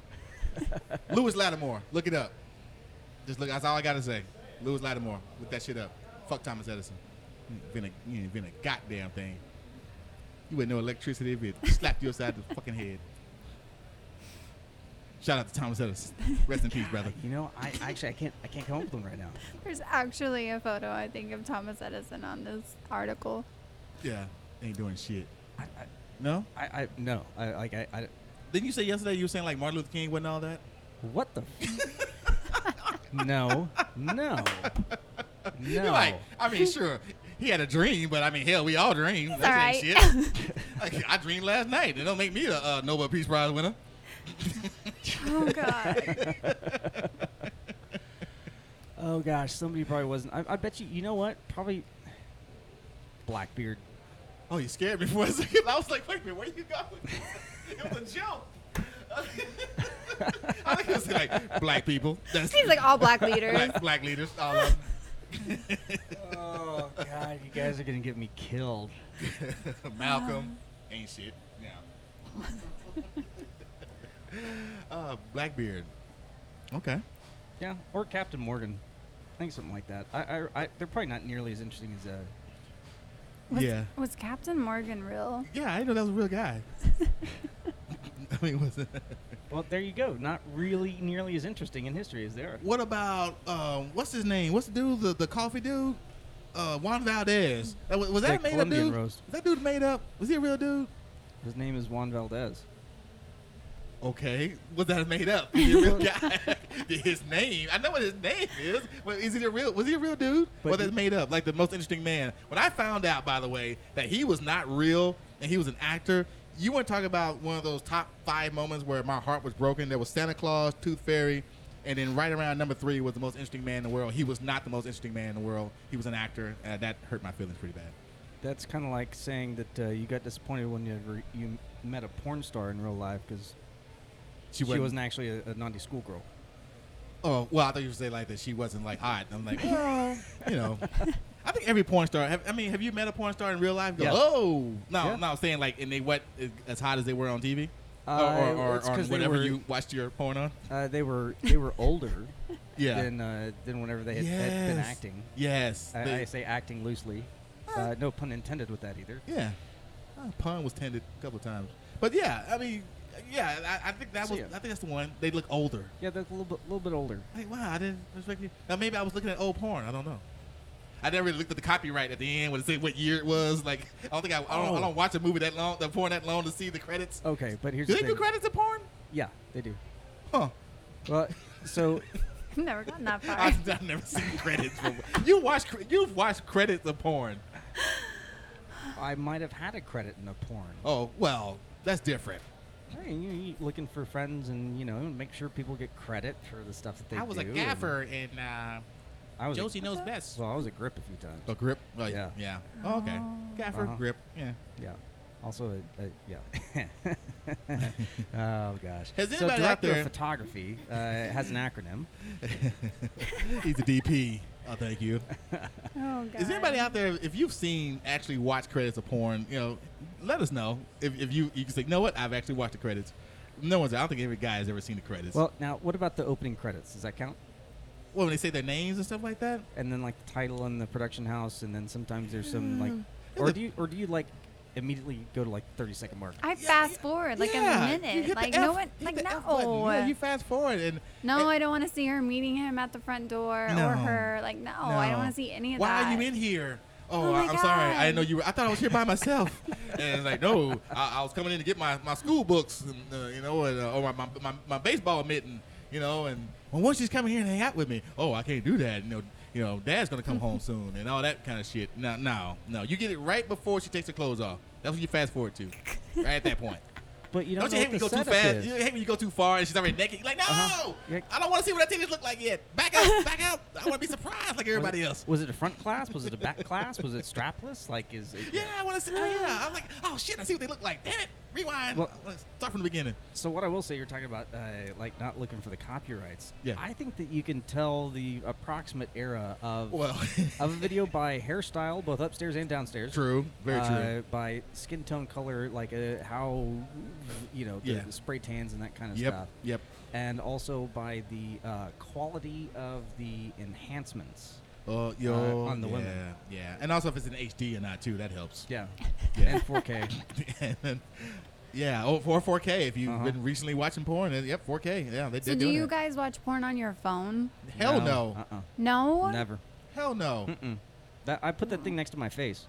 [SPEAKER 2] Lewis Lattimore, look it up. Just look. That's all I gotta say. Lewis Lattimore, look that shit up. Fuck Thomas Edison. You ain't invent a, you ain't invent a goddamn thing. You wouldn't know electricity if it slapped you upside the fucking head. Shout out to Thomas Edison. Rest in peace, brother.
[SPEAKER 3] You know, I actually I can't I can't come up with one right now.
[SPEAKER 1] There's actually a photo, I think, of Thomas Edison on this article.
[SPEAKER 2] Yeah, ain't doing shit.
[SPEAKER 3] I
[SPEAKER 2] No?
[SPEAKER 3] I, I no. I like I, I
[SPEAKER 2] Didn't you say yesterday you were saying like Martin Luther King wasn't all that?
[SPEAKER 3] what the No. No. No.
[SPEAKER 2] You're like, I mean, sure, he had a dream, but I mean, hell, we all dream. That ain't
[SPEAKER 1] all right.
[SPEAKER 2] shit. Like, I dreamed last night. It don't make me a uh, Nobel Peace Prize winner.
[SPEAKER 1] Oh God.
[SPEAKER 3] Oh gosh, somebody probably wasn't. I, I bet you. You know what? Probably Blackbeard.
[SPEAKER 2] Oh, you scared me for a second. I was like, wait a minute, where you going? it was a joke. I think it was like black people. That's
[SPEAKER 1] Seems like all black leaders.
[SPEAKER 2] black, black leaders. All of
[SPEAKER 3] 'em. Oh, God, you guys are gonna get me killed.
[SPEAKER 2] them. Malcolm ain't shit. Yeah. uh, Blackbeard. Okay.
[SPEAKER 3] Yeah, or Captain Morgan. I think something like that. I, I, I they're probably not nearly as interesting as. Uh,
[SPEAKER 1] Was,
[SPEAKER 2] Yeah.
[SPEAKER 1] Was Captain Morgan real?
[SPEAKER 2] Yeah, I didn't know that was a real guy. I mean, was
[SPEAKER 3] well, there you go. Not really nearly as interesting in history as they are.
[SPEAKER 2] What about um, what's his name? What's the dude? The, the coffee dude? Uh, Juan Valdez. That wa- Was, that
[SPEAKER 3] The
[SPEAKER 2] a made
[SPEAKER 3] Colombian
[SPEAKER 2] up dude?
[SPEAKER 3] roast.
[SPEAKER 2] Was that dude made up? Was he a real dude?
[SPEAKER 3] His name is Juan Valdez.
[SPEAKER 2] Okay, was that made up? Is he a real guy? his name. I know what his name is. But is he a real? Was he a real dude?
[SPEAKER 3] But
[SPEAKER 2] was that
[SPEAKER 3] he-
[SPEAKER 2] made up? Like the most interesting man. When I found out, by the way, that he was not real and he was an actor. You want to talk about one of those top five moments where my heart was broken? There was Santa Claus, Tooth Fairy, and then right around number three was the most interesting man in the world. He was not the most interesting man in the world. He was an actor, and that hurt my feelings pretty bad.
[SPEAKER 3] That's kind of like saying that uh, you got disappointed when you ever, you met a porn star in real life because she, wasn't actually a, a naughty schoolgirl.
[SPEAKER 2] Oh well, I thought you would say like that. She wasn't like hot. I'm like, well, you know, I think every porn star. Have, I mean, have you met a porn star in real life? Go,
[SPEAKER 3] Yeah.
[SPEAKER 2] Oh, no,
[SPEAKER 3] Yeah.
[SPEAKER 2] no. I'm saying like, and they what as hot as they were on TV,
[SPEAKER 3] Uh,
[SPEAKER 2] or, or, or,
[SPEAKER 3] it's
[SPEAKER 2] or
[SPEAKER 3] 'cause they
[SPEAKER 2] whatever
[SPEAKER 3] were-
[SPEAKER 2] you watched your porn on.
[SPEAKER 3] Uh, they were they were older
[SPEAKER 2] Yeah.
[SPEAKER 3] than uh, than whenever they had, had been
[SPEAKER 2] Yes.
[SPEAKER 3] acting.
[SPEAKER 2] Yes.
[SPEAKER 3] I,
[SPEAKER 2] they-
[SPEAKER 3] I say acting loosely. Uh, no pun intended with that either.
[SPEAKER 2] yeah. Uh, pun was tended a couple of times, but yeah, I mean, yeah, I, I think that
[SPEAKER 3] So,
[SPEAKER 2] was.
[SPEAKER 3] yeah.
[SPEAKER 2] I think that's the one. They look older.
[SPEAKER 3] Yeah, they're a little bit, little bit older.
[SPEAKER 2] Like wow, I didn't expect you. Now maybe I was looking at old porn. I don't know. I never really looked at the copyright at the end when it said what year it was. Like I don't think I, I, don't, I
[SPEAKER 3] Oh.
[SPEAKER 2] don't watch a movie that long, the porn that long to see the credits.
[SPEAKER 3] Okay, but here's
[SPEAKER 2] do
[SPEAKER 3] the
[SPEAKER 2] they
[SPEAKER 3] thing.
[SPEAKER 2] do credits in porn?
[SPEAKER 3] Yeah, they do.
[SPEAKER 2] Huh?
[SPEAKER 3] Well, so
[SPEAKER 1] Never gotten that far.
[SPEAKER 2] I've, I've never seen credits. For, you watch cre- you've watched credits of porn.
[SPEAKER 3] I might have had a credit in a porn.
[SPEAKER 2] Oh well, that's different.
[SPEAKER 3] Hey, you, you looking for friends and you know make sure people get credit for the stuff that they do.
[SPEAKER 2] I was a
[SPEAKER 3] and
[SPEAKER 2] gaffer in uh,
[SPEAKER 3] I was
[SPEAKER 2] Josie
[SPEAKER 3] A,
[SPEAKER 2] Knows Best.
[SPEAKER 3] well, I was a grip a few times.
[SPEAKER 2] Oh, A grip? Oh, yeah. Yeah.
[SPEAKER 3] Yeah.
[SPEAKER 2] Oh, okay.
[SPEAKER 1] Oh.
[SPEAKER 2] Gaffer
[SPEAKER 3] Uh-huh.
[SPEAKER 2] grip. Yeah.
[SPEAKER 3] Yeah. Also, a, a, yeah. oh gosh.
[SPEAKER 2] Has
[SPEAKER 3] so
[SPEAKER 2] anybody
[SPEAKER 3] director
[SPEAKER 2] out there-
[SPEAKER 3] of photography uh, has an acronym.
[SPEAKER 2] He's a DP. Oh, thank you.
[SPEAKER 1] Oh God.
[SPEAKER 2] Is anybody out there if you've seen actually watched credits of porn? You know, let us know if, if you you can say, you know what, I've actually watched the credits. No one's. I don't think every guy has ever seen the credits. Well,
[SPEAKER 3] Well, now what about the opening credits? Does that count?
[SPEAKER 2] when they say their names and stuff like that.
[SPEAKER 3] And then like the title and the production house, and then sometimes there's some like,
[SPEAKER 2] Yeah,
[SPEAKER 3] or
[SPEAKER 2] the-
[SPEAKER 3] do you or do you like immediately go to like 30 second mark?
[SPEAKER 1] I
[SPEAKER 2] Yeah,
[SPEAKER 1] fast
[SPEAKER 2] yeah,
[SPEAKER 1] forward like a
[SPEAKER 2] yeah, you hit the
[SPEAKER 1] minute. Like
[SPEAKER 2] F-
[SPEAKER 1] no one.
[SPEAKER 2] you hit
[SPEAKER 1] Like
[SPEAKER 2] the
[SPEAKER 1] no.
[SPEAKER 2] F button. Yeah, you fast forward and
[SPEAKER 1] no,
[SPEAKER 2] and-
[SPEAKER 1] I don't want to see her meeting him at the front door
[SPEAKER 2] No.
[SPEAKER 1] or her. Like no, I
[SPEAKER 2] No.
[SPEAKER 1] don't want to see any of
[SPEAKER 2] Why
[SPEAKER 1] that.
[SPEAKER 2] are you in here? Oh,
[SPEAKER 1] Oh
[SPEAKER 2] I,
[SPEAKER 1] my
[SPEAKER 2] am sorry. I didn't know
[SPEAKER 1] God.
[SPEAKER 2] you were. I thought I was here by myself. and it's like, no, I, I was coming in to get my, my school books, and, uh, you know, and, uh, or my, my, my, my baseball mitten, you know. And well, once she's coming here and hang out with me, oh, I can't do that. You know, you know, Dad's gonna come home soon, and all that kind of shit. No, no, no. You get it right before she takes her clothes off. That's what you fast forward to, right at that point.
[SPEAKER 3] But you don't,
[SPEAKER 2] Don't you
[SPEAKER 3] know
[SPEAKER 2] hate when you
[SPEAKER 3] what
[SPEAKER 2] go
[SPEAKER 3] the
[SPEAKER 2] too
[SPEAKER 3] setup
[SPEAKER 2] fast?
[SPEAKER 3] is.
[SPEAKER 2] You hate when you go too far and she's already naked. You're like, no,
[SPEAKER 3] Uh-huh. Yeah.
[SPEAKER 2] I don't want to see what that titties look like yet. Back out, back out. I want to be surprised like everybody else.
[SPEAKER 3] Was it a front class? Was it a back class? Was it strapless? Like is it,
[SPEAKER 2] Yeah, I want to see. Oh, yeah. I'm like, oh shit, I see what they look like. Damn it, rewind.
[SPEAKER 3] Well-
[SPEAKER 2] Let's start from the beginning.
[SPEAKER 3] So what I will say, you're talking about uh, like not looking for the copyrights.
[SPEAKER 2] Yeah.
[SPEAKER 3] I think that you can tell the approximate era of
[SPEAKER 2] Well,
[SPEAKER 3] of a video by hairstyle, both upstairs and downstairs.
[SPEAKER 2] true, very
[SPEAKER 3] Uh, by skin tone, color, like uh, how you know the,
[SPEAKER 2] Yeah.
[SPEAKER 3] the spray tans and that kind of
[SPEAKER 2] Yep,
[SPEAKER 3] stuff,
[SPEAKER 2] yep.
[SPEAKER 3] and also by the uh, quality of the enhancements.
[SPEAKER 2] Oh, yo,
[SPEAKER 3] Uh, on the
[SPEAKER 2] yeah,
[SPEAKER 3] women.
[SPEAKER 2] yeah, and also if it's in HD or not too, that helps.
[SPEAKER 3] Yeah,
[SPEAKER 2] Yeah.
[SPEAKER 3] and 4K.
[SPEAKER 2] and then, Yeah, oh, for 4K. If you've
[SPEAKER 3] Uh-huh.
[SPEAKER 2] been recently watching porn, then, yep, 4K. Yeah, they,
[SPEAKER 1] So
[SPEAKER 2] they're
[SPEAKER 1] do
[SPEAKER 2] doing
[SPEAKER 1] you
[SPEAKER 2] it.
[SPEAKER 1] guys watch porn on your phone?
[SPEAKER 2] Hell no.
[SPEAKER 3] Uh-uh.
[SPEAKER 1] No.
[SPEAKER 3] Never.
[SPEAKER 2] Hell no.
[SPEAKER 3] Mm-mm. That, I put that thing next to my face.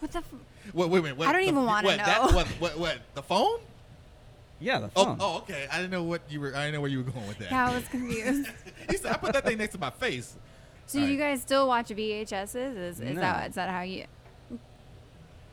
[SPEAKER 1] What the? F-
[SPEAKER 2] Wait, wait, wait. what
[SPEAKER 1] I don't
[SPEAKER 2] the-
[SPEAKER 1] even wanna
[SPEAKER 2] what, That,
[SPEAKER 1] know.
[SPEAKER 2] what, what, what? The phone?
[SPEAKER 3] Yeah, the
[SPEAKER 2] Oh,
[SPEAKER 3] phone.
[SPEAKER 2] oh, okay. I didn't know what you were. I didn't know where you were going with that.
[SPEAKER 1] yeah, I was confused.
[SPEAKER 2] he said, "I put that thing next to my face."
[SPEAKER 1] so
[SPEAKER 2] All
[SPEAKER 1] do you
[SPEAKER 2] right.
[SPEAKER 1] guys still watch VHSs? Is, is
[SPEAKER 3] No.
[SPEAKER 1] that is that how you?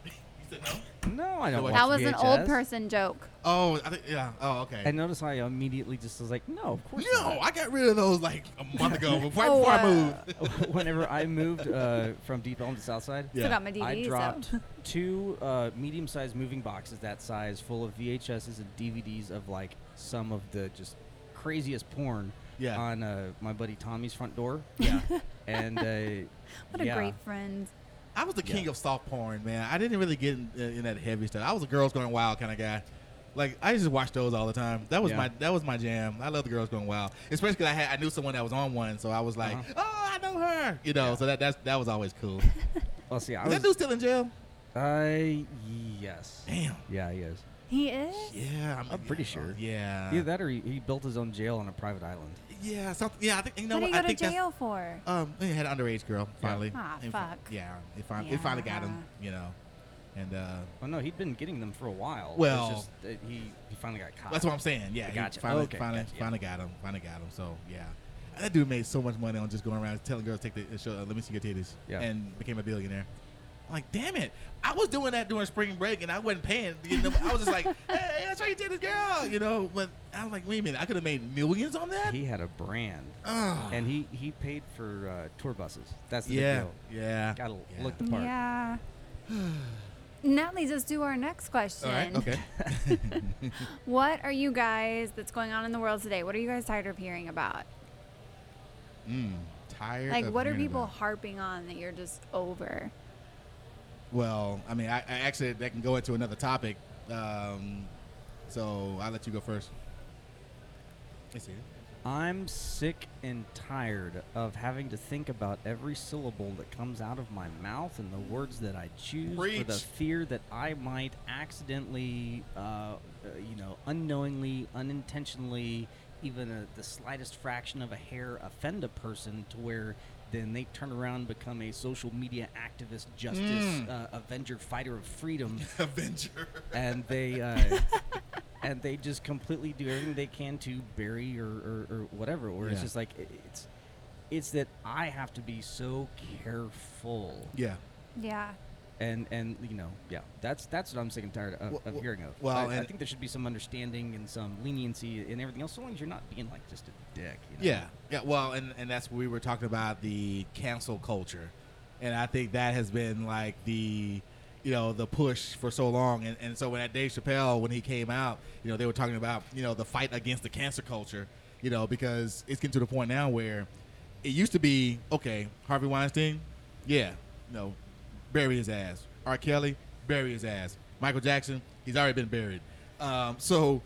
[SPEAKER 2] He said, "No."
[SPEAKER 3] No, I don't.
[SPEAKER 2] That
[SPEAKER 3] Watch
[SPEAKER 1] that was an old
[SPEAKER 3] VHS.
[SPEAKER 1] person joke.
[SPEAKER 2] Oh, I think, yeah. Oh, okay.
[SPEAKER 3] I noticed how I immediately just was like, no, of course
[SPEAKER 2] no, I got rid of those like a month ago, right
[SPEAKER 1] Oh,
[SPEAKER 2] before I
[SPEAKER 1] uh,
[SPEAKER 2] moved.
[SPEAKER 3] not. Whenever I moved uh, from Deep Elm to Southside,
[SPEAKER 1] Still got my DVD.
[SPEAKER 3] I
[SPEAKER 1] so-
[SPEAKER 3] dropped two uh, medium-sized moving boxes that size full of VHSs and DVDs of like some of the just craziest porn
[SPEAKER 2] Yeah.
[SPEAKER 3] on uh, my buddy Tommy's front door,
[SPEAKER 2] yeah.
[SPEAKER 3] and uh,
[SPEAKER 1] What a
[SPEAKER 3] yeah.
[SPEAKER 1] great friend.
[SPEAKER 2] I was the king
[SPEAKER 3] Yeah.
[SPEAKER 2] of soft porn, man. I didn't really get in, in that heavy stuff. I was a girls going wild kind of guy. Like I just watched those all the time. That was
[SPEAKER 3] Yeah.
[SPEAKER 2] my that was my jam. I love the girls going wild, especially because I had I knew someone that was on one, so I was like,
[SPEAKER 3] Uh-huh.
[SPEAKER 2] oh, I know her, you know. So that that's, that was always cool.
[SPEAKER 3] Well, see,
[SPEAKER 2] Is
[SPEAKER 3] I was.
[SPEAKER 2] that dude still in jail?
[SPEAKER 3] I yes.
[SPEAKER 2] Damn.
[SPEAKER 3] Yeah, he is.
[SPEAKER 1] He is.
[SPEAKER 2] Yeah, I'm,
[SPEAKER 3] I'm pretty sure.
[SPEAKER 2] Yeah.
[SPEAKER 3] Either that or he, he built his own jail on a private island.
[SPEAKER 2] Yeah, something. Yeah, I think you know
[SPEAKER 1] what do you
[SPEAKER 2] what.
[SPEAKER 1] go
[SPEAKER 2] I
[SPEAKER 1] to
[SPEAKER 2] think that's-
[SPEAKER 1] jail for?
[SPEAKER 2] Um, he had an underage girl finally.
[SPEAKER 1] Ah,
[SPEAKER 2] And-
[SPEAKER 1] fuck.
[SPEAKER 2] Yeah, it finally, it finally got him. You know, and uh,
[SPEAKER 3] Oh no, he'd been getting them for a while. It's
[SPEAKER 2] Well-
[SPEAKER 3] just that he he finally got caught.
[SPEAKER 2] that's what I'm saying. Yeah, he
[SPEAKER 3] Ah, Gotcha.
[SPEAKER 2] Finally,
[SPEAKER 3] Okay,
[SPEAKER 2] finally,
[SPEAKER 3] gotcha, yeah.
[SPEAKER 2] finally got him. Finally got him. So yeah, that dude made so much money on just going around telling girls take the uh, show. Uh, let me see your titties.
[SPEAKER 3] Yeah.
[SPEAKER 2] and became a billionaire. I'm like, damn it! I was doing that during spring break, and I wasn't paying. You know, I was just like, hey, that's why you did this, girl. You know, but I was like, wait a minute, I could have made millions on that.
[SPEAKER 3] He had a brand,
[SPEAKER 2] Ugh.
[SPEAKER 3] and he he paid for uh, tour buses. That's the big
[SPEAKER 2] yeah,
[SPEAKER 3] deal.
[SPEAKER 2] yeah.
[SPEAKER 3] Gotta
[SPEAKER 2] Yeah.
[SPEAKER 3] look the part.
[SPEAKER 1] Yeah. and that leads us to our next question.
[SPEAKER 2] All right. Okay.
[SPEAKER 1] What are you guys that's going on in the world today? What are you guys tired of hearing about?
[SPEAKER 2] Mm, tired.
[SPEAKER 1] Like,
[SPEAKER 2] of
[SPEAKER 1] what are
[SPEAKER 2] hearing
[SPEAKER 1] people
[SPEAKER 2] about it.
[SPEAKER 1] harping on that you're just over?
[SPEAKER 2] Well, I mean, I, I actually that can go into another topic. Um, so I'll let you go first. Let's see.
[SPEAKER 3] I'm sick and tired of having to think about every syllable that comes out of my mouth and the words that I choose for the
[SPEAKER 2] Preach.
[SPEAKER 3] fear that I might accidentally, uh, uh, you know, unknowingly, unintentionally, even a, the slightest fraction of a hair offend a person to where then they turn around and become a social media activist, justice,
[SPEAKER 2] Mm.
[SPEAKER 3] uh, avenger, fighter of freedom
[SPEAKER 2] Avenger.
[SPEAKER 3] and they uh, and they just completely do everything they can to bury or, or, or whatever. Or it's
[SPEAKER 2] Yeah.
[SPEAKER 3] just like i- it's it's that I have to be so careful
[SPEAKER 2] Yeah.
[SPEAKER 1] Yeah.
[SPEAKER 3] and and you know yeah that's that's what I'm sick and tired of,
[SPEAKER 2] Well-
[SPEAKER 3] of
[SPEAKER 2] well-
[SPEAKER 3] hearing of.
[SPEAKER 2] well,
[SPEAKER 3] I, I
[SPEAKER 2] and-
[SPEAKER 3] think there should be some understanding and some leniency and everything else, so long as you're not being like just a dick. You know?
[SPEAKER 2] Yeah. Yeah. Well, and and that's what we were talking about the cancel culture, and I think that has been like the, you know, the push for so long, and and so when at Dave Chappelle when he came out, you know, they were talking about you know the fight against the cancer culture, you know, because it's getting to the point now where, it used to be okay, Harvey Weinstein, yeah, you know, bury his ass. R. Kelly, bury his ass. Michael Jackson, he's already been buried. Um, so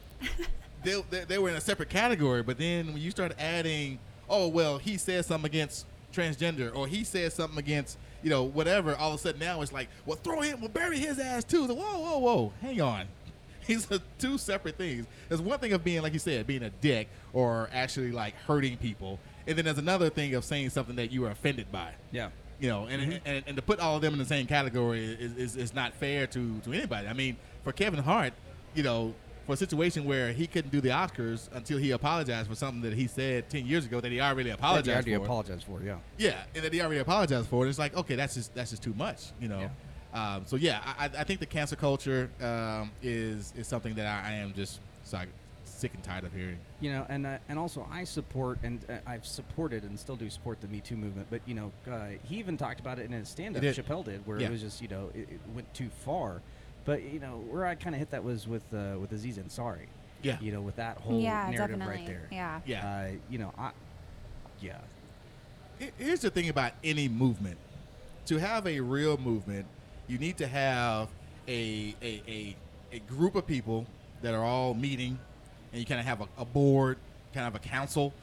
[SPEAKER 2] they, they, they were in a separate category, but then when you start adding, oh, well, he says something against transgender or he says something against, you know, whatever, all of a sudden now it's like, well, throw him, well, bury his ass too. So, whoa, whoa, whoa, hang on. These are two separate things. There's one thing of being, like you said, being a dick or actually like hurting people. And then there's another thing of saying something that you are offended by
[SPEAKER 3] yeah.
[SPEAKER 2] you know, and, and and to put all of them in the same category is, is, is not fair to, to anybody. I mean, for Kevin Hart, you know, for a situation where he couldn't do the Oscars until he apologized for something that he said ten years ago that he already apologized
[SPEAKER 3] I do
[SPEAKER 2] for.
[SPEAKER 3] apologize for yeah.
[SPEAKER 2] yeah, and that he already apologized for. it. It's like, okay, that's just that's just too much, you know. Um, so yeah, I, I- I think the cancer culture um, is is something that I, I am just like, sick and tired of hearing.
[SPEAKER 3] you know, and uh, and also I support and uh, I've supported and still do support the Me Too movement. But you know, uh, he even talked about it in his stand-up.
[SPEAKER 2] He did.
[SPEAKER 3] Chappelle did, where
[SPEAKER 2] Yeah.
[SPEAKER 3] it was just you know it, it went too far. But you know, where I kind of hit that was with uh, with Aziz Ansari.
[SPEAKER 2] Yeah.
[SPEAKER 3] You know, with that whole
[SPEAKER 1] yeah,
[SPEAKER 3] narrative
[SPEAKER 1] definitely.
[SPEAKER 3] right there.
[SPEAKER 1] Yeah.
[SPEAKER 2] Yeah.
[SPEAKER 3] Uh, you know, I. Yeah.
[SPEAKER 2] Here- Here's the thing about any movement. To have a real movement, you need to have a a, a, a group of people that are all meeting, and you kind of have a, a board, kind of a council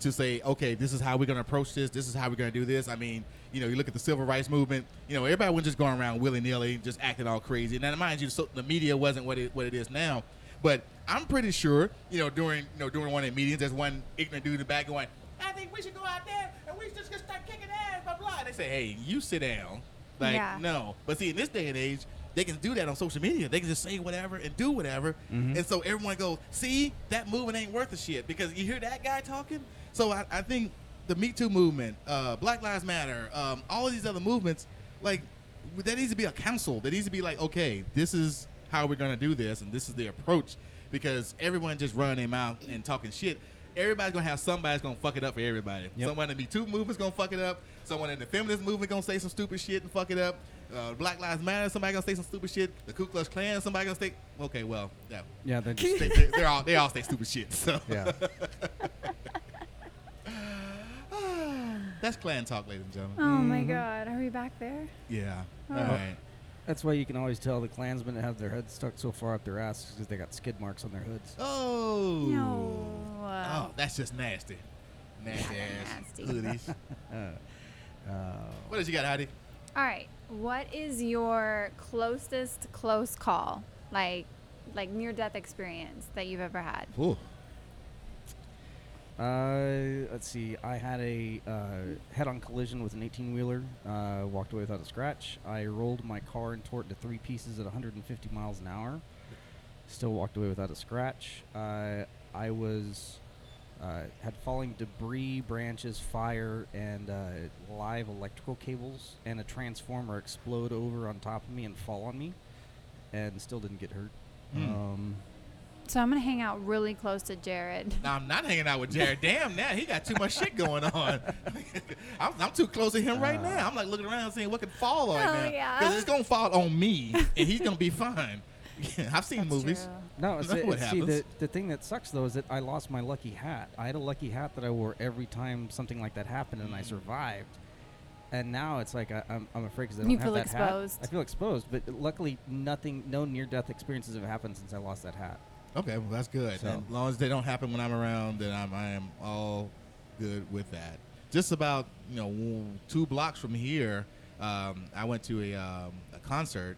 [SPEAKER 2] to say, okay, this is how we're going to approach this. This is how we're going to do this. I mean, you know, you look at the civil rights movement. You know, everybody wasn't just going around willy nilly, just acting all crazy. Now, mind you, so the media wasn't what it what it is now. But I'm pretty sure, you know, during you know during one of the meetings, there's one ignorant dude in the back going, "I think we should go out there and we just gonna start kicking ass, blah blah." And they say, "Hey, you sit down." Like
[SPEAKER 1] Yeah.
[SPEAKER 2] no, but see, in this day and age, they can do that on social media. They can just say whatever and do whatever, and so everyone goes, "See, that movement ain't worth a shit." Because you hear that guy talking. So I, I think the Me Too movement, uh, Black Lives Matter, um, all of these other movements, like there needs to be a council. There needs to be like, okay, this is how we're gonna do this, and this is the approach. Because everyone just running their mouth and talking shit. Everybody's gonna have somebody's gonna fuck it up for everybody.
[SPEAKER 3] Yep.
[SPEAKER 2] Someone in the Me Too movement's gonna fuck it up. Someone in the feminist movement gonna say some stupid shit and fuck it up. Uh, Black Lives Matter, somebody gonna say some stupid shit. The Ku Klux Klan, somebody gonna say, okay, well, yeah,
[SPEAKER 3] Yeah, that
[SPEAKER 2] they, they, they're all they all say stupid shit. So
[SPEAKER 5] Yeah.
[SPEAKER 2] that's Klan talk, ladies and gentlemen.
[SPEAKER 1] Oh my God, are we back there?
[SPEAKER 2] Yeah.
[SPEAKER 1] Oh.
[SPEAKER 2] All right.
[SPEAKER 3] that's why you can always tell the Klansmen have their heads stuck so far up their asses because they got skid marks on their hoods.
[SPEAKER 2] Oh.
[SPEAKER 1] No.
[SPEAKER 2] Oh, that's just nasty. Nasty ass
[SPEAKER 1] Nasty.
[SPEAKER 2] hoodies.
[SPEAKER 3] Uh,
[SPEAKER 2] What else you got, Heidi?
[SPEAKER 1] All right. What is your closest close call, like, like near death experience that you've ever had?
[SPEAKER 2] Ooh.
[SPEAKER 3] Uh, let's see. I had a uh, head-on collision with an 18-wheeler. Uh, walked away without a scratch. I rolled my car and tore it to three pieces at 150 miles an hour. Still walked away without a scratch. Uh, I was uh, had falling debris, branches, fire, and uh, live electrical cables, and a transformer explode over on top of me and fall on me, and still didn't get hurt.
[SPEAKER 2] Hmm.
[SPEAKER 3] Um,
[SPEAKER 1] So I'm gonna hang out really close to Jared.
[SPEAKER 2] Now I'm not hanging out with Jared. Damn, now he got too much shit going on. I'm, I'm too close to him right
[SPEAKER 3] Uh.
[SPEAKER 2] now. I'm like looking around, seeing what could fall right
[SPEAKER 1] Oh,
[SPEAKER 2] now.
[SPEAKER 1] yeah.
[SPEAKER 2] it's gonna fall on me, and he's gonna be fine. I've seen movies.
[SPEAKER 3] No, it's,
[SPEAKER 2] That's
[SPEAKER 3] it-
[SPEAKER 2] what
[SPEAKER 3] see, the,
[SPEAKER 2] happens.
[SPEAKER 3] the thing that sucks though is that I lost my lucky hat. I had a lucky hat that I wore every time something like that happened,
[SPEAKER 2] Mm.
[SPEAKER 3] and I survived. And now it's like I, I'm, I'm afraid because I don't
[SPEAKER 1] You
[SPEAKER 3] have
[SPEAKER 1] feel
[SPEAKER 3] that
[SPEAKER 1] exposed.
[SPEAKER 3] hat. I feel exposed, but luckily nothing, no near-death experiences have happened since I lost that hat.
[SPEAKER 2] Okay, well that's good.
[SPEAKER 3] So-
[SPEAKER 2] As long as they don't happen when I'm around, then I'm I am all good with that. Just about you know w- two blocks from here, um, I went to a, um, a concert,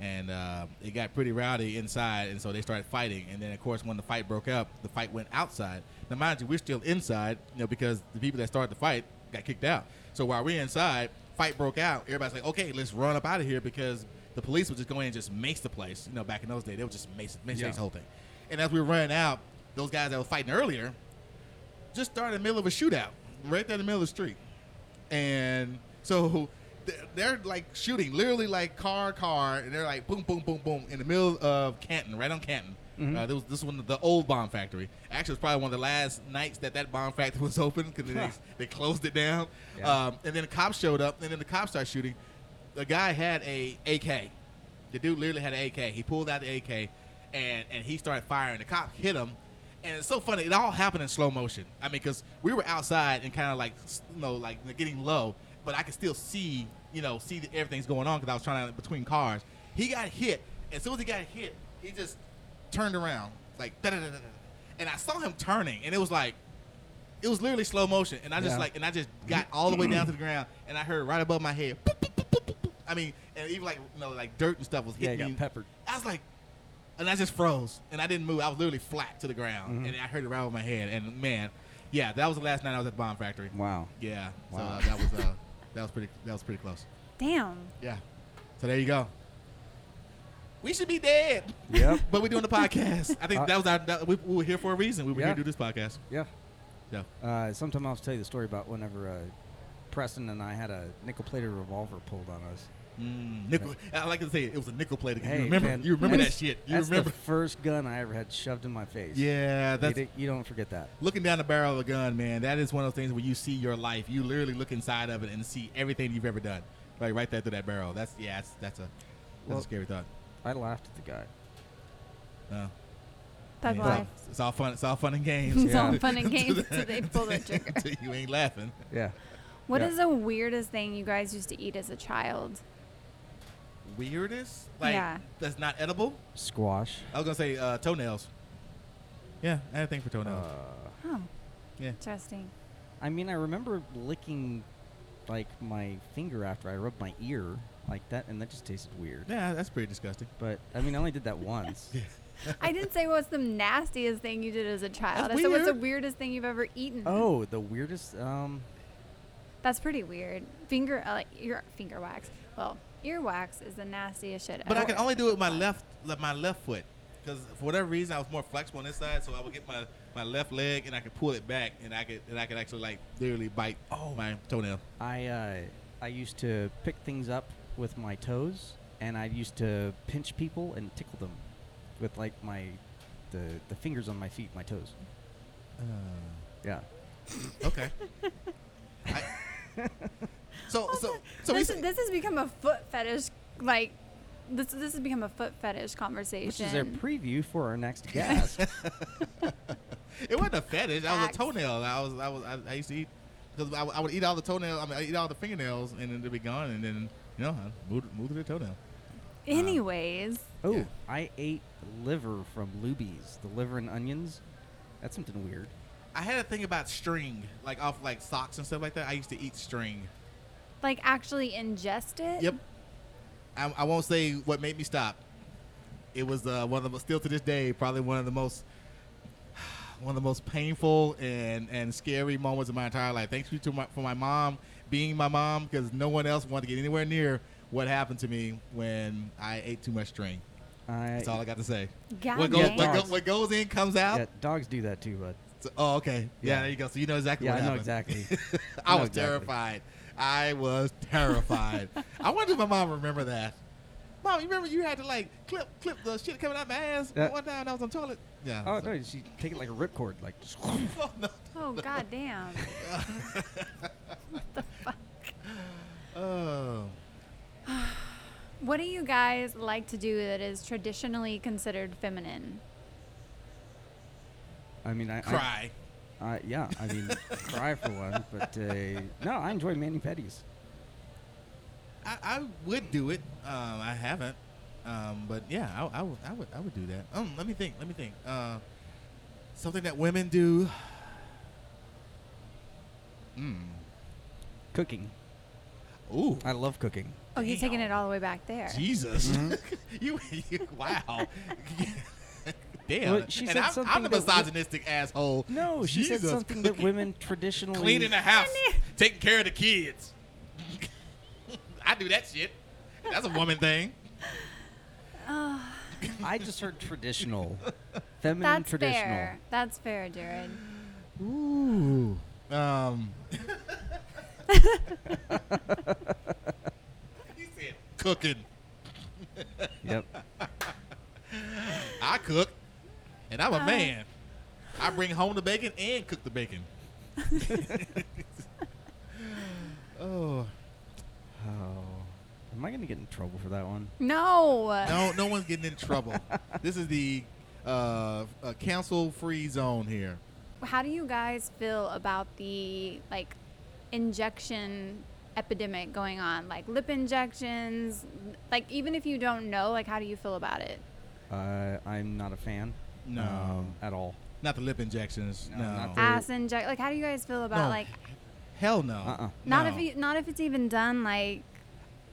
[SPEAKER 2] and uh, it got pretty rowdy inside, and so they started fighting. And then of course when the fight broke up, the fight went outside. Now mind you, we're still inside, you know, because the people that started the fight got kicked out. So while we're inside, fight broke out. Everybody's like, okay, let's run up out of here because the police would just go in and just mace the place. You know, back in those days, they would just mace, mace
[SPEAKER 3] Yeah.
[SPEAKER 2] the whole thing. And as we were running out, those guys that were fighting earlier just started in the middle of a shootout, right there in the middle of the street. And so th- they're like shooting, literally like car, car, and they're like boom, boom, boom, boom, in the middle of Canton, right on Canton.
[SPEAKER 3] Mm-hmm.
[SPEAKER 2] Uh, there was this one, the old bomb factory. Actually, it was probably one of the last nights that that bomb factory was open because they, they closed it down.
[SPEAKER 3] Yeah.
[SPEAKER 2] Um, and then the cops showed up, and then the cops started shooting. The guy had a AK. The dude literally had an AK. He pulled out the AK, and and he started firing. The cop hit him, and it's so funny. It all happened in slow motion. I mean, because we were outside and kind of like s- you know like getting low, but I could still see you know see that everything's going on because I was trying to between cars. He got hit. As soon as he got hit, he just turned around like da da da da, and I saw him turning, and it was like it was literally slow motion, and I just
[SPEAKER 3] Yeah.
[SPEAKER 2] like, and I just got all the way down to the ground, and I heard right above my head. "Boop, boop, boop, boop, boop, boop." I mean, and even like, you know, like dirt and stuff was
[SPEAKER 3] Yeah,
[SPEAKER 2] hitting
[SPEAKER 3] you
[SPEAKER 2] me.
[SPEAKER 3] got peppered.
[SPEAKER 2] I was like, and I just froze, and I didn't move. I was literally flat to the ground,
[SPEAKER 3] Mm-hmm.
[SPEAKER 2] and I heard it right over my head. And man, yeah, that was the last night I was at the bomb factory.
[SPEAKER 3] Wow.
[SPEAKER 2] Yeah, so
[SPEAKER 3] Wow.
[SPEAKER 2] uh, that was uh, that was pretty that was pretty close.
[SPEAKER 1] Damn.
[SPEAKER 2] Yeah, so there you go. We should be dead,
[SPEAKER 3] Yep.
[SPEAKER 2] but we're doing the podcast. I think
[SPEAKER 3] Uh,
[SPEAKER 2] that was our that, we, we were here for a reason. We were
[SPEAKER 3] Yeah.
[SPEAKER 2] here to do this podcast.
[SPEAKER 3] yeah.
[SPEAKER 2] Yeah.
[SPEAKER 3] Uh, sometime I'll tell you the story about whenever uh, Preston and I had a nickel-plated revolver pulled on us.
[SPEAKER 2] Mm, nickel. I like to say it was a nickel plated.
[SPEAKER 3] Hey,
[SPEAKER 2] you remember?
[SPEAKER 3] man,
[SPEAKER 2] you remember that
[SPEAKER 3] that's-
[SPEAKER 2] shit? You
[SPEAKER 3] that's
[SPEAKER 2] remember?
[SPEAKER 3] the first gun I ever had shoved in my face.
[SPEAKER 2] yeah,
[SPEAKER 3] You
[SPEAKER 2] that's
[SPEAKER 3] di- you don't forget that.
[SPEAKER 2] looking down the barrel of a gun, man. That is one of those things where you see your life. You literally look inside of it and see everything you've ever done, like right there through that barrel. That's yeah, that's that's a that's
[SPEAKER 3] Well-
[SPEAKER 2] a scary thought.
[SPEAKER 3] I laughed at the guy.
[SPEAKER 2] Uh,
[SPEAKER 1] Thug
[SPEAKER 2] yeah.
[SPEAKER 1] life.
[SPEAKER 2] It's all- It's all fun. It's all fun and games.
[SPEAKER 1] It's
[SPEAKER 3] Yeah.
[SPEAKER 1] all fun and games until they pull the trigger.
[SPEAKER 2] you ain't laughing.
[SPEAKER 3] Yeah.
[SPEAKER 1] What
[SPEAKER 3] Yeah.
[SPEAKER 1] is the weirdest thing you guys used to eat as a child?
[SPEAKER 2] Weirdest, like
[SPEAKER 1] Yeah.
[SPEAKER 2] that's not edible.
[SPEAKER 3] Squash.
[SPEAKER 2] I was gonna say uh, toenails. Yeah, I had a thing for toenails.
[SPEAKER 1] Oh,
[SPEAKER 2] Yeah.
[SPEAKER 1] interesting.
[SPEAKER 3] I mean, I remember licking like my finger after I rubbed my ear like that, and that just tasted weird.
[SPEAKER 2] Yeah, that's pretty disgusting.
[SPEAKER 3] But I mean, I only did that once.
[SPEAKER 1] I didn't say what's the nastiest thing you did as a child.
[SPEAKER 2] That's
[SPEAKER 1] I said what's the
[SPEAKER 2] weird.
[SPEAKER 1] weirdest thing you've ever eaten.
[SPEAKER 3] oh, the weirdest. Um,
[SPEAKER 1] That's pretty weird. Finger, uh, like ear, finger wax. Well, ear wax is the nastiest shit
[SPEAKER 2] But I
[SPEAKER 1] ever.
[SPEAKER 2] can only do it with my left, le- my left foot, because for whatever reason I was more flexible on this side, so I would get my, my left leg and I could pull it back, and I could and I could actually like literally bite
[SPEAKER 1] Oh.
[SPEAKER 2] my toenail.
[SPEAKER 3] I uh, I used to pick things up with my toes, and I used to pinch people and tickle them with like my the the fingers on my feet, my toes.
[SPEAKER 1] Uh.
[SPEAKER 3] Yeah.
[SPEAKER 2] Okay. I, so so so we
[SPEAKER 1] this,
[SPEAKER 2] said-
[SPEAKER 1] this has become a foot fetish, like, this, this has become a foot fetish conversation.
[SPEAKER 3] Which is a preview for our next guest.
[SPEAKER 2] it wasn't a fetish. I was
[SPEAKER 1] Facts.
[SPEAKER 2] a toenail. I was I was I, I used to eat because I, would- I would eat all the toenail. I mean, I eat all the fingernails, and then they'd be gone, and then you know I moved moved to the toenail.
[SPEAKER 3] uh,
[SPEAKER 1] Anyways,
[SPEAKER 3] oh,
[SPEAKER 2] Yeah.
[SPEAKER 3] I ate liver from Luby's, the liver and onions. That's something weird.
[SPEAKER 2] I had a thing about string, like off like socks and stuff like that. I used to eat string.
[SPEAKER 1] like, actually ingest it.
[SPEAKER 2] Yep. I, I won't say what made me stop. It was uh, one of the still to this day probably one of the most one of the most painful and and scary moments of my entire life. Thanks to my, for my mom being my mom because no one else wanted to get anywhere near what happened to me when I ate too much string.
[SPEAKER 3] I,
[SPEAKER 2] That's all I got to say.
[SPEAKER 1] God
[SPEAKER 2] what, goes,
[SPEAKER 1] damn.
[SPEAKER 2] what, go, what goes in comes out.
[SPEAKER 3] yeah, dogs do that too, bud.
[SPEAKER 2] So- oh, okay. Yeah,
[SPEAKER 3] Yeah.
[SPEAKER 2] there you go. So you know exactly
[SPEAKER 3] Yeah,
[SPEAKER 2] what
[SPEAKER 3] I know
[SPEAKER 2] happened.
[SPEAKER 3] exactly.
[SPEAKER 2] I
[SPEAKER 3] know
[SPEAKER 2] was
[SPEAKER 3] exactly.
[SPEAKER 2] terrified. I was terrified. I wonder if my mom remember that. Mom, you remember you had to like clip clip the shit coming out my ass
[SPEAKER 3] Yeah.
[SPEAKER 2] one time I was on the toilet. Yeah.
[SPEAKER 3] Oh
[SPEAKER 2] so-
[SPEAKER 3] no, she take it like a ripcord, like just
[SPEAKER 2] Oh, no.
[SPEAKER 1] Oh, god damn.
[SPEAKER 2] Oh.
[SPEAKER 1] What do you guys like to do that is traditionally considered feminine?
[SPEAKER 2] Oh,
[SPEAKER 3] I mean, I, I
[SPEAKER 2] Cry.
[SPEAKER 3] Uh, yeah, I mean, cry for one, but uh, no, I enjoy mani pedis.
[SPEAKER 2] I, I would do it. Um, I haven't. Um, but yeah, I, I would I would I would do that. Um, let me think. Let me think. Uh, something that women do. Mm.
[SPEAKER 3] Cooking,
[SPEAKER 2] Ooh.
[SPEAKER 3] I love cooking.
[SPEAKER 1] Oh, you're taking it
[SPEAKER 2] Damn.
[SPEAKER 1] all the way back there.
[SPEAKER 2] Jesus.
[SPEAKER 3] Mm-hmm.
[SPEAKER 2] you, you, wow. Damn.
[SPEAKER 3] Well, she
[SPEAKER 2] and
[SPEAKER 3] said
[SPEAKER 2] I'm, I'm the
[SPEAKER 3] something that-
[SPEAKER 2] misogynistic asshole.
[SPEAKER 3] No, she said
[SPEAKER 2] Jesus.
[SPEAKER 3] something that women traditionally
[SPEAKER 2] Cleaning the house, taking care of the kids. I do that shit. That's a woman thing.
[SPEAKER 3] I just heard traditional, feminine
[SPEAKER 1] That's
[SPEAKER 3] traditional.
[SPEAKER 1] fair. That's fair, Jared.
[SPEAKER 2] Ooh. Um. he said cooking.
[SPEAKER 3] Yep.
[SPEAKER 2] I cook, and I'm a
[SPEAKER 1] Uh-huh.
[SPEAKER 2] man. I bring home the bacon and cook the bacon. oh
[SPEAKER 3] Oh, am I gonna get in trouble for that one?
[SPEAKER 1] No.
[SPEAKER 2] no! No one's getting in trouble. this is the uh, uh, cancel-free zone here.
[SPEAKER 1] How do you guys feel about the like injection epidemic going on? Like lip injections, like even if you don't know, like how do you feel about it?
[SPEAKER 3] Uh, I'm not a fan.
[SPEAKER 2] No.
[SPEAKER 3] um, at all.
[SPEAKER 2] Not the lip injections. No.
[SPEAKER 3] No, not the-
[SPEAKER 1] Ass inject like how do you guys feel about
[SPEAKER 2] No.
[SPEAKER 1] like
[SPEAKER 2] Hell no.
[SPEAKER 3] Uh-uh.
[SPEAKER 1] not
[SPEAKER 2] No.
[SPEAKER 1] if you not if it's even done like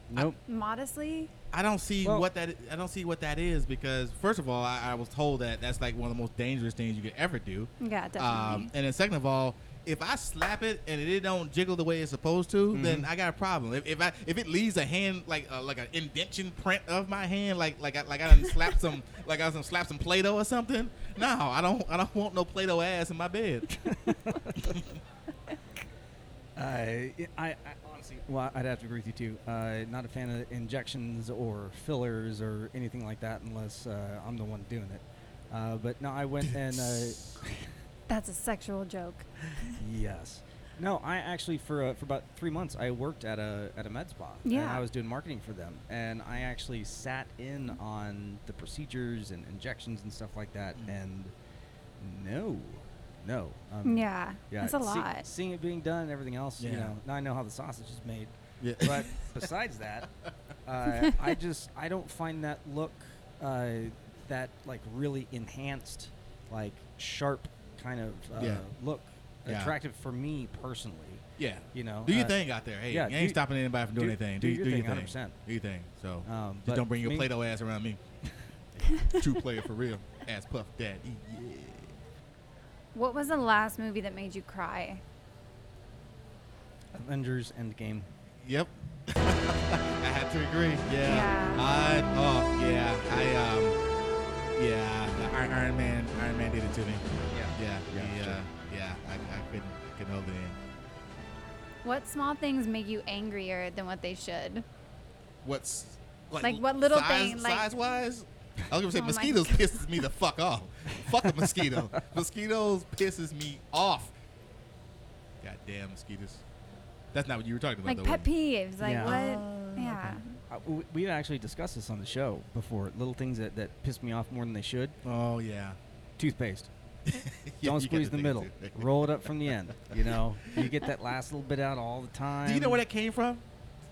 [SPEAKER 3] Nope.
[SPEAKER 1] modestly?
[SPEAKER 2] I don't see
[SPEAKER 3] Well-
[SPEAKER 2] what that I don't see what that is because first of all, I, I was told that that's like one of the most dangerous things you could ever do.
[SPEAKER 1] Yeah, definitely.
[SPEAKER 2] Um, and then second of all, if I slap it and it don't jiggle the way it's supposed to,
[SPEAKER 3] Mm-hmm.
[SPEAKER 2] then I got a problem. If, if I if it leaves a hand like uh, like an indention print of my hand, like like I, like I done slapped some like I done slapped some play-doh or something. No, I don't I don't want no play-doh ass in my bed.
[SPEAKER 3] Uh, I, I honestly, well, I'd have to agree with you too. Uh, not a fan of injections or fillers or anything like that, unless uh, I'm the one doing it. Uh, but no, I went and uh,
[SPEAKER 1] That's a sexual joke.
[SPEAKER 3] yes, no, I actually for uh, for about three months I worked at a at a med spa. and
[SPEAKER 1] Yeah.
[SPEAKER 3] I was doing marketing for them, and I actually sat in on the procedures and injections and stuff like that.
[SPEAKER 2] Mm.
[SPEAKER 3] And no, no, um,
[SPEAKER 1] Yeah. That's a
[SPEAKER 3] see-
[SPEAKER 1] lot.
[SPEAKER 3] seeing it being done and everything else, you
[SPEAKER 2] Yeah.
[SPEAKER 3] know. Now I know how the sausage is made.
[SPEAKER 2] Yeah.
[SPEAKER 3] But besides that, uh, I just I don't find that look uh, that like really enhanced, like sharp kind of uh,
[SPEAKER 2] Yeah.
[SPEAKER 3] look
[SPEAKER 2] Yeah.
[SPEAKER 3] attractive for me personally.
[SPEAKER 2] Yeah.
[SPEAKER 3] You know,
[SPEAKER 2] Do your
[SPEAKER 3] uh,
[SPEAKER 2] thing out there. Hey,
[SPEAKER 3] yeah,
[SPEAKER 2] you
[SPEAKER 3] do
[SPEAKER 2] ain't
[SPEAKER 3] y-
[SPEAKER 2] stopping anybody from doing
[SPEAKER 3] do-
[SPEAKER 2] anything. Do,
[SPEAKER 3] do your
[SPEAKER 2] do your
[SPEAKER 3] thing,
[SPEAKER 2] thing.
[SPEAKER 3] 100%.
[SPEAKER 2] Do your thing. So
[SPEAKER 3] Um,
[SPEAKER 2] just
[SPEAKER 3] but
[SPEAKER 2] don't bring your
[SPEAKER 3] me-
[SPEAKER 2] Play-Doh ass around me. True player for real. Ass puff daddy. Yeah.
[SPEAKER 1] What was the last movie that made you cry?
[SPEAKER 3] Avengers Endgame.
[SPEAKER 2] Yep. I had to agree. Yeah.
[SPEAKER 1] Yeah.
[SPEAKER 2] I oh yeah. I um yeah. the Iron, Iron Man. Iron Man did it to me.
[SPEAKER 3] Yeah.
[SPEAKER 2] Yeah.
[SPEAKER 3] Yeah,
[SPEAKER 2] he,
[SPEAKER 3] sure.
[SPEAKER 2] uh, yeah. I, I couldn't I couldn't hold it in.
[SPEAKER 1] What small things make you angrier than what they should?
[SPEAKER 2] What's
[SPEAKER 1] Like, what little
[SPEAKER 2] size,
[SPEAKER 1] thing, like-
[SPEAKER 2] size wise? I was gonna say
[SPEAKER 1] Oh my
[SPEAKER 2] mosquitoes
[SPEAKER 1] God.
[SPEAKER 2] pisses me the fuck off. fuck a mosquito. mosquitoes pisses me off. Goddamn mosquitoes. That's not what you were talking about
[SPEAKER 1] Like
[SPEAKER 2] though.
[SPEAKER 1] pet
[SPEAKER 2] wasn't it?
[SPEAKER 1] peeves. Like
[SPEAKER 3] Yeah.
[SPEAKER 1] what? Yeah.
[SPEAKER 3] Uh, w- we've actually discussed this on the show before. Little things that, that piss me off more than they should.
[SPEAKER 2] Oh yeah.
[SPEAKER 3] Toothpaste.
[SPEAKER 2] You
[SPEAKER 3] Don't
[SPEAKER 2] gotta
[SPEAKER 3] squeeze the
[SPEAKER 2] think
[SPEAKER 3] middle.
[SPEAKER 2] too.
[SPEAKER 3] Roll it up from the end. You know, you get that last little bit out all the time.
[SPEAKER 2] Do you know where that came from?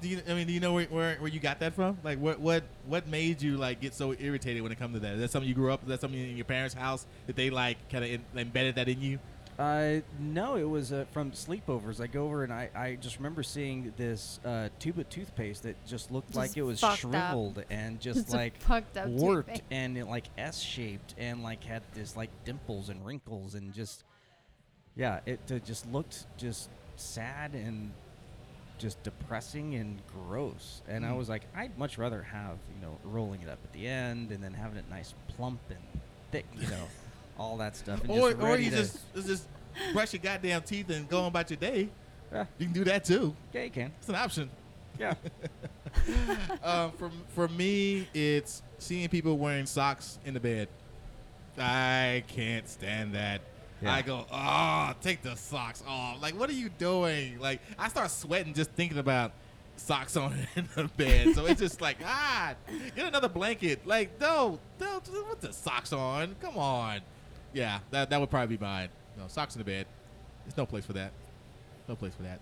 [SPEAKER 2] Do you, I mean, do you know where, where, where you got that from? Like, what, what what made you like get so irritated when it comes to that? Is that something you grew up? Is that something in your parents' house that they like kind of embedded that in you?
[SPEAKER 3] Uh, no, it was uh, from sleepovers. I go over and I, I just remember seeing this uh, tube of toothpaste that just looked like
[SPEAKER 1] Just
[SPEAKER 3] it was
[SPEAKER 1] fucked up.
[SPEAKER 3] shriveled and just,
[SPEAKER 1] Just a
[SPEAKER 3] like
[SPEAKER 1] fucked up
[SPEAKER 3] warped
[SPEAKER 1] toothpaste.
[SPEAKER 3] and it, like S shaped and like had this like dimples and wrinkles and just yeah, it uh, just looked just sad and just depressing and gross. And I
[SPEAKER 1] Hmm.
[SPEAKER 2] Mm.
[SPEAKER 3] was like, I'd much rather have you know rolling it up at the end and then having it nice plump and thick, you know, all that stuff. And
[SPEAKER 2] Or
[SPEAKER 3] just
[SPEAKER 2] or
[SPEAKER 3] ready
[SPEAKER 2] you
[SPEAKER 3] to-
[SPEAKER 2] just is just brush your goddamn teeth and go on about your day?
[SPEAKER 3] Yeah.
[SPEAKER 2] You can do that too.
[SPEAKER 3] Yeah, you can.
[SPEAKER 2] It's an option.
[SPEAKER 3] Yeah.
[SPEAKER 2] uh, for for me, it's seeing people wearing socks in the bed. I can't stand that.
[SPEAKER 3] Yeah.
[SPEAKER 2] I go, oh, take the socks off. Like, what are you doing? Like, I start sweating just thinking about socks on in the bed. So it's just like, ah, get another blanket. Like, no, no, put the socks on. Come on. Yeah, that, that would probably be mine. No, socks in the bed. There's no place for that. No place for that.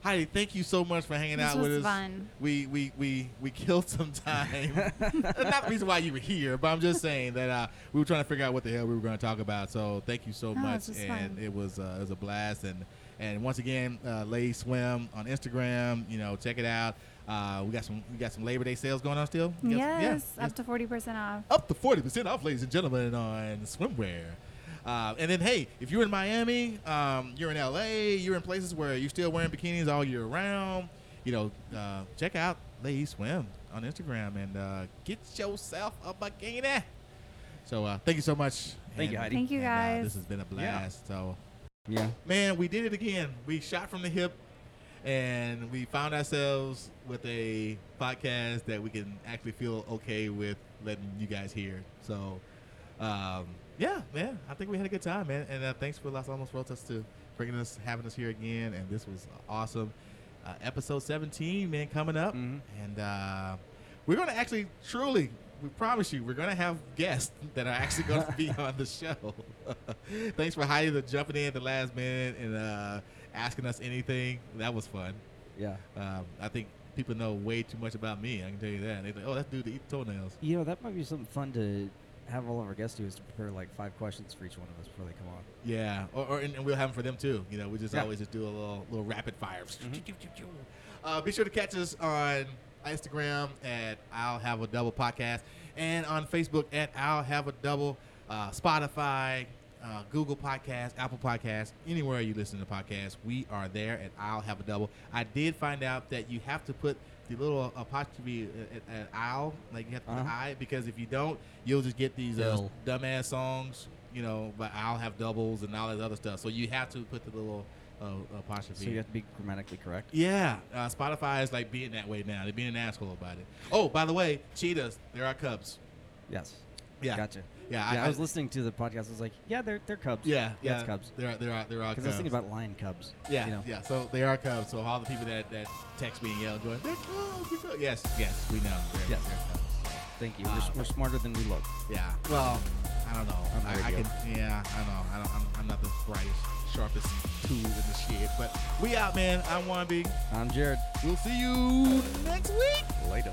[SPEAKER 2] Heidi, thank you so much for hanging
[SPEAKER 1] This
[SPEAKER 2] out
[SPEAKER 1] was
[SPEAKER 2] with us.
[SPEAKER 1] fun.
[SPEAKER 2] We we we we killed some time. Not the reason why you were here, but I'm just saying that uh, we were trying to figure out what the hell we were going to talk about. So thank you so
[SPEAKER 1] No,
[SPEAKER 2] much,
[SPEAKER 1] Oh, this was
[SPEAKER 2] and
[SPEAKER 1] fun.
[SPEAKER 2] it was uh, it was a blast. And and once again, uh, Lay Swim on Instagram. You know, check it out. Uh, we got some we got some Labor Day sales going on still. We got some- yeah,
[SPEAKER 1] Yes, up to forty percent off.
[SPEAKER 2] up to 40% off, ladies and gentlemen, on swimwear. Uh, and then, hey, if you're in Miami, um, you're in LA, you're in places where you're still wearing bikinis all year round, you know, uh, check out Lady Swim on Instagram and uh, get yourself a bikini. So, uh, thank you so much.
[SPEAKER 3] Thank you,
[SPEAKER 2] And-
[SPEAKER 3] Heidi.
[SPEAKER 1] Thank you
[SPEAKER 2] and, uh,
[SPEAKER 1] guys.
[SPEAKER 2] this has been a blast. So,
[SPEAKER 3] Yeah.
[SPEAKER 2] man, we did it again. We shot from the hip, and we found ourselves with a podcast that we can actually feel okay with letting you guys hear. So, um, yeah, man, I think we had a good time, man. And uh, thanks for Las Almas Rotas to bringing us, having us here again. And this was awesome. Uh, episode 17, man, coming up,
[SPEAKER 3] Mhm.
[SPEAKER 2] and uh, we're gonna actually, truly. We promise you, we're gonna have guests that are actually gonna be on the show. Thanks for Heidi for jumping in at the last minute and uh, asking us anything. That was fun.
[SPEAKER 3] Yeah.
[SPEAKER 2] Um, I think people know way too much about me. I can tell you that. They think, oh, that dude that eats toenails.
[SPEAKER 3] You know, that might be something fun to have all of our guests do is to prepare like five questions for each one of us before they come on.
[SPEAKER 2] Yeah, or, or and, and we'll have them for them too. You know, we just
[SPEAKER 3] Yeah. Mm-hmm.
[SPEAKER 2] always just do a little little rapid fire. Uh, be sure to catch us on Instagram at I'll Have a Double Podcast and on Facebook at I'll Have a Double, uh, Spotify, uh, Google Podcast, Apple Podcast, anywhere you listen to podcasts, we are there at I'll Have a Double. I did find out that you have to put the little apostrophe at, at, at I'll, like you have to put
[SPEAKER 3] Uh-huh.
[SPEAKER 2] I, because if you don't, you'll just get these uh,
[SPEAKER 3] Ill.
[SPEAKER 2] dumbass songs, you know, but I'll have doubles and all that other stuff. So you have to put the little uh, apostrophe.
[SPEAKER 3] So you have to be grammatically correct.
[SPEAKER 2] yeah, uh, Spotify is like being that way now. They're being an asshole about it. Oh, by the way, cheetahs, they're our cubs.
[SPEAKER 3] Yes.
[SPEAKER 2] Yeah.
[SPEAKER 3] Gotcha.
[SPEAKER 2] Yeah,
[SPEAKER 3] Yeah, I, was listening to the podcast. I was like, yeah, they're they're cubs.
[SPEAKER 2] Yeah, yeah,
[SPEAKER 3] it's cubs.
[SPEAKER 2] They're they're our- they're our
[SPEAKER 3] Because
[SPEAKER 2] cubs.
[SPEAKER 3] I was thinking about lion cubs.
[SPEAKER 2] yeah,
[SPEAKER 3] You know?
[SPEAKER 2] yeah. So they are cubs. So all the people that that text me and yell, going, they're cubs, they're cubs. Yes, yes, we know. They're,
[SPEAKER 3] Yes.
[SPEAKER 2] they're cubs.
[SPEAKER 3] Thank you. We're,
[SPEAKER 2] Uh,
[SPEAKER 3] s- we're smarter than we look.
[SPEAKER 2] Yeah. Well, I don't know.
[SPEAKER 3] On the
[SPEAKER 2] I, I
[SPEAKER 3] radio.
[SPEAKER 2] can. Yeah, I know. I don't. I'm, I'm not the brightest, sharpest tool in the shed. But we out, man. I'm Wannabe.
[SPEAKER 3] I'm Jared.
[SPEAKER 2] We'll see you next week.
[SPEAKER 3] Later.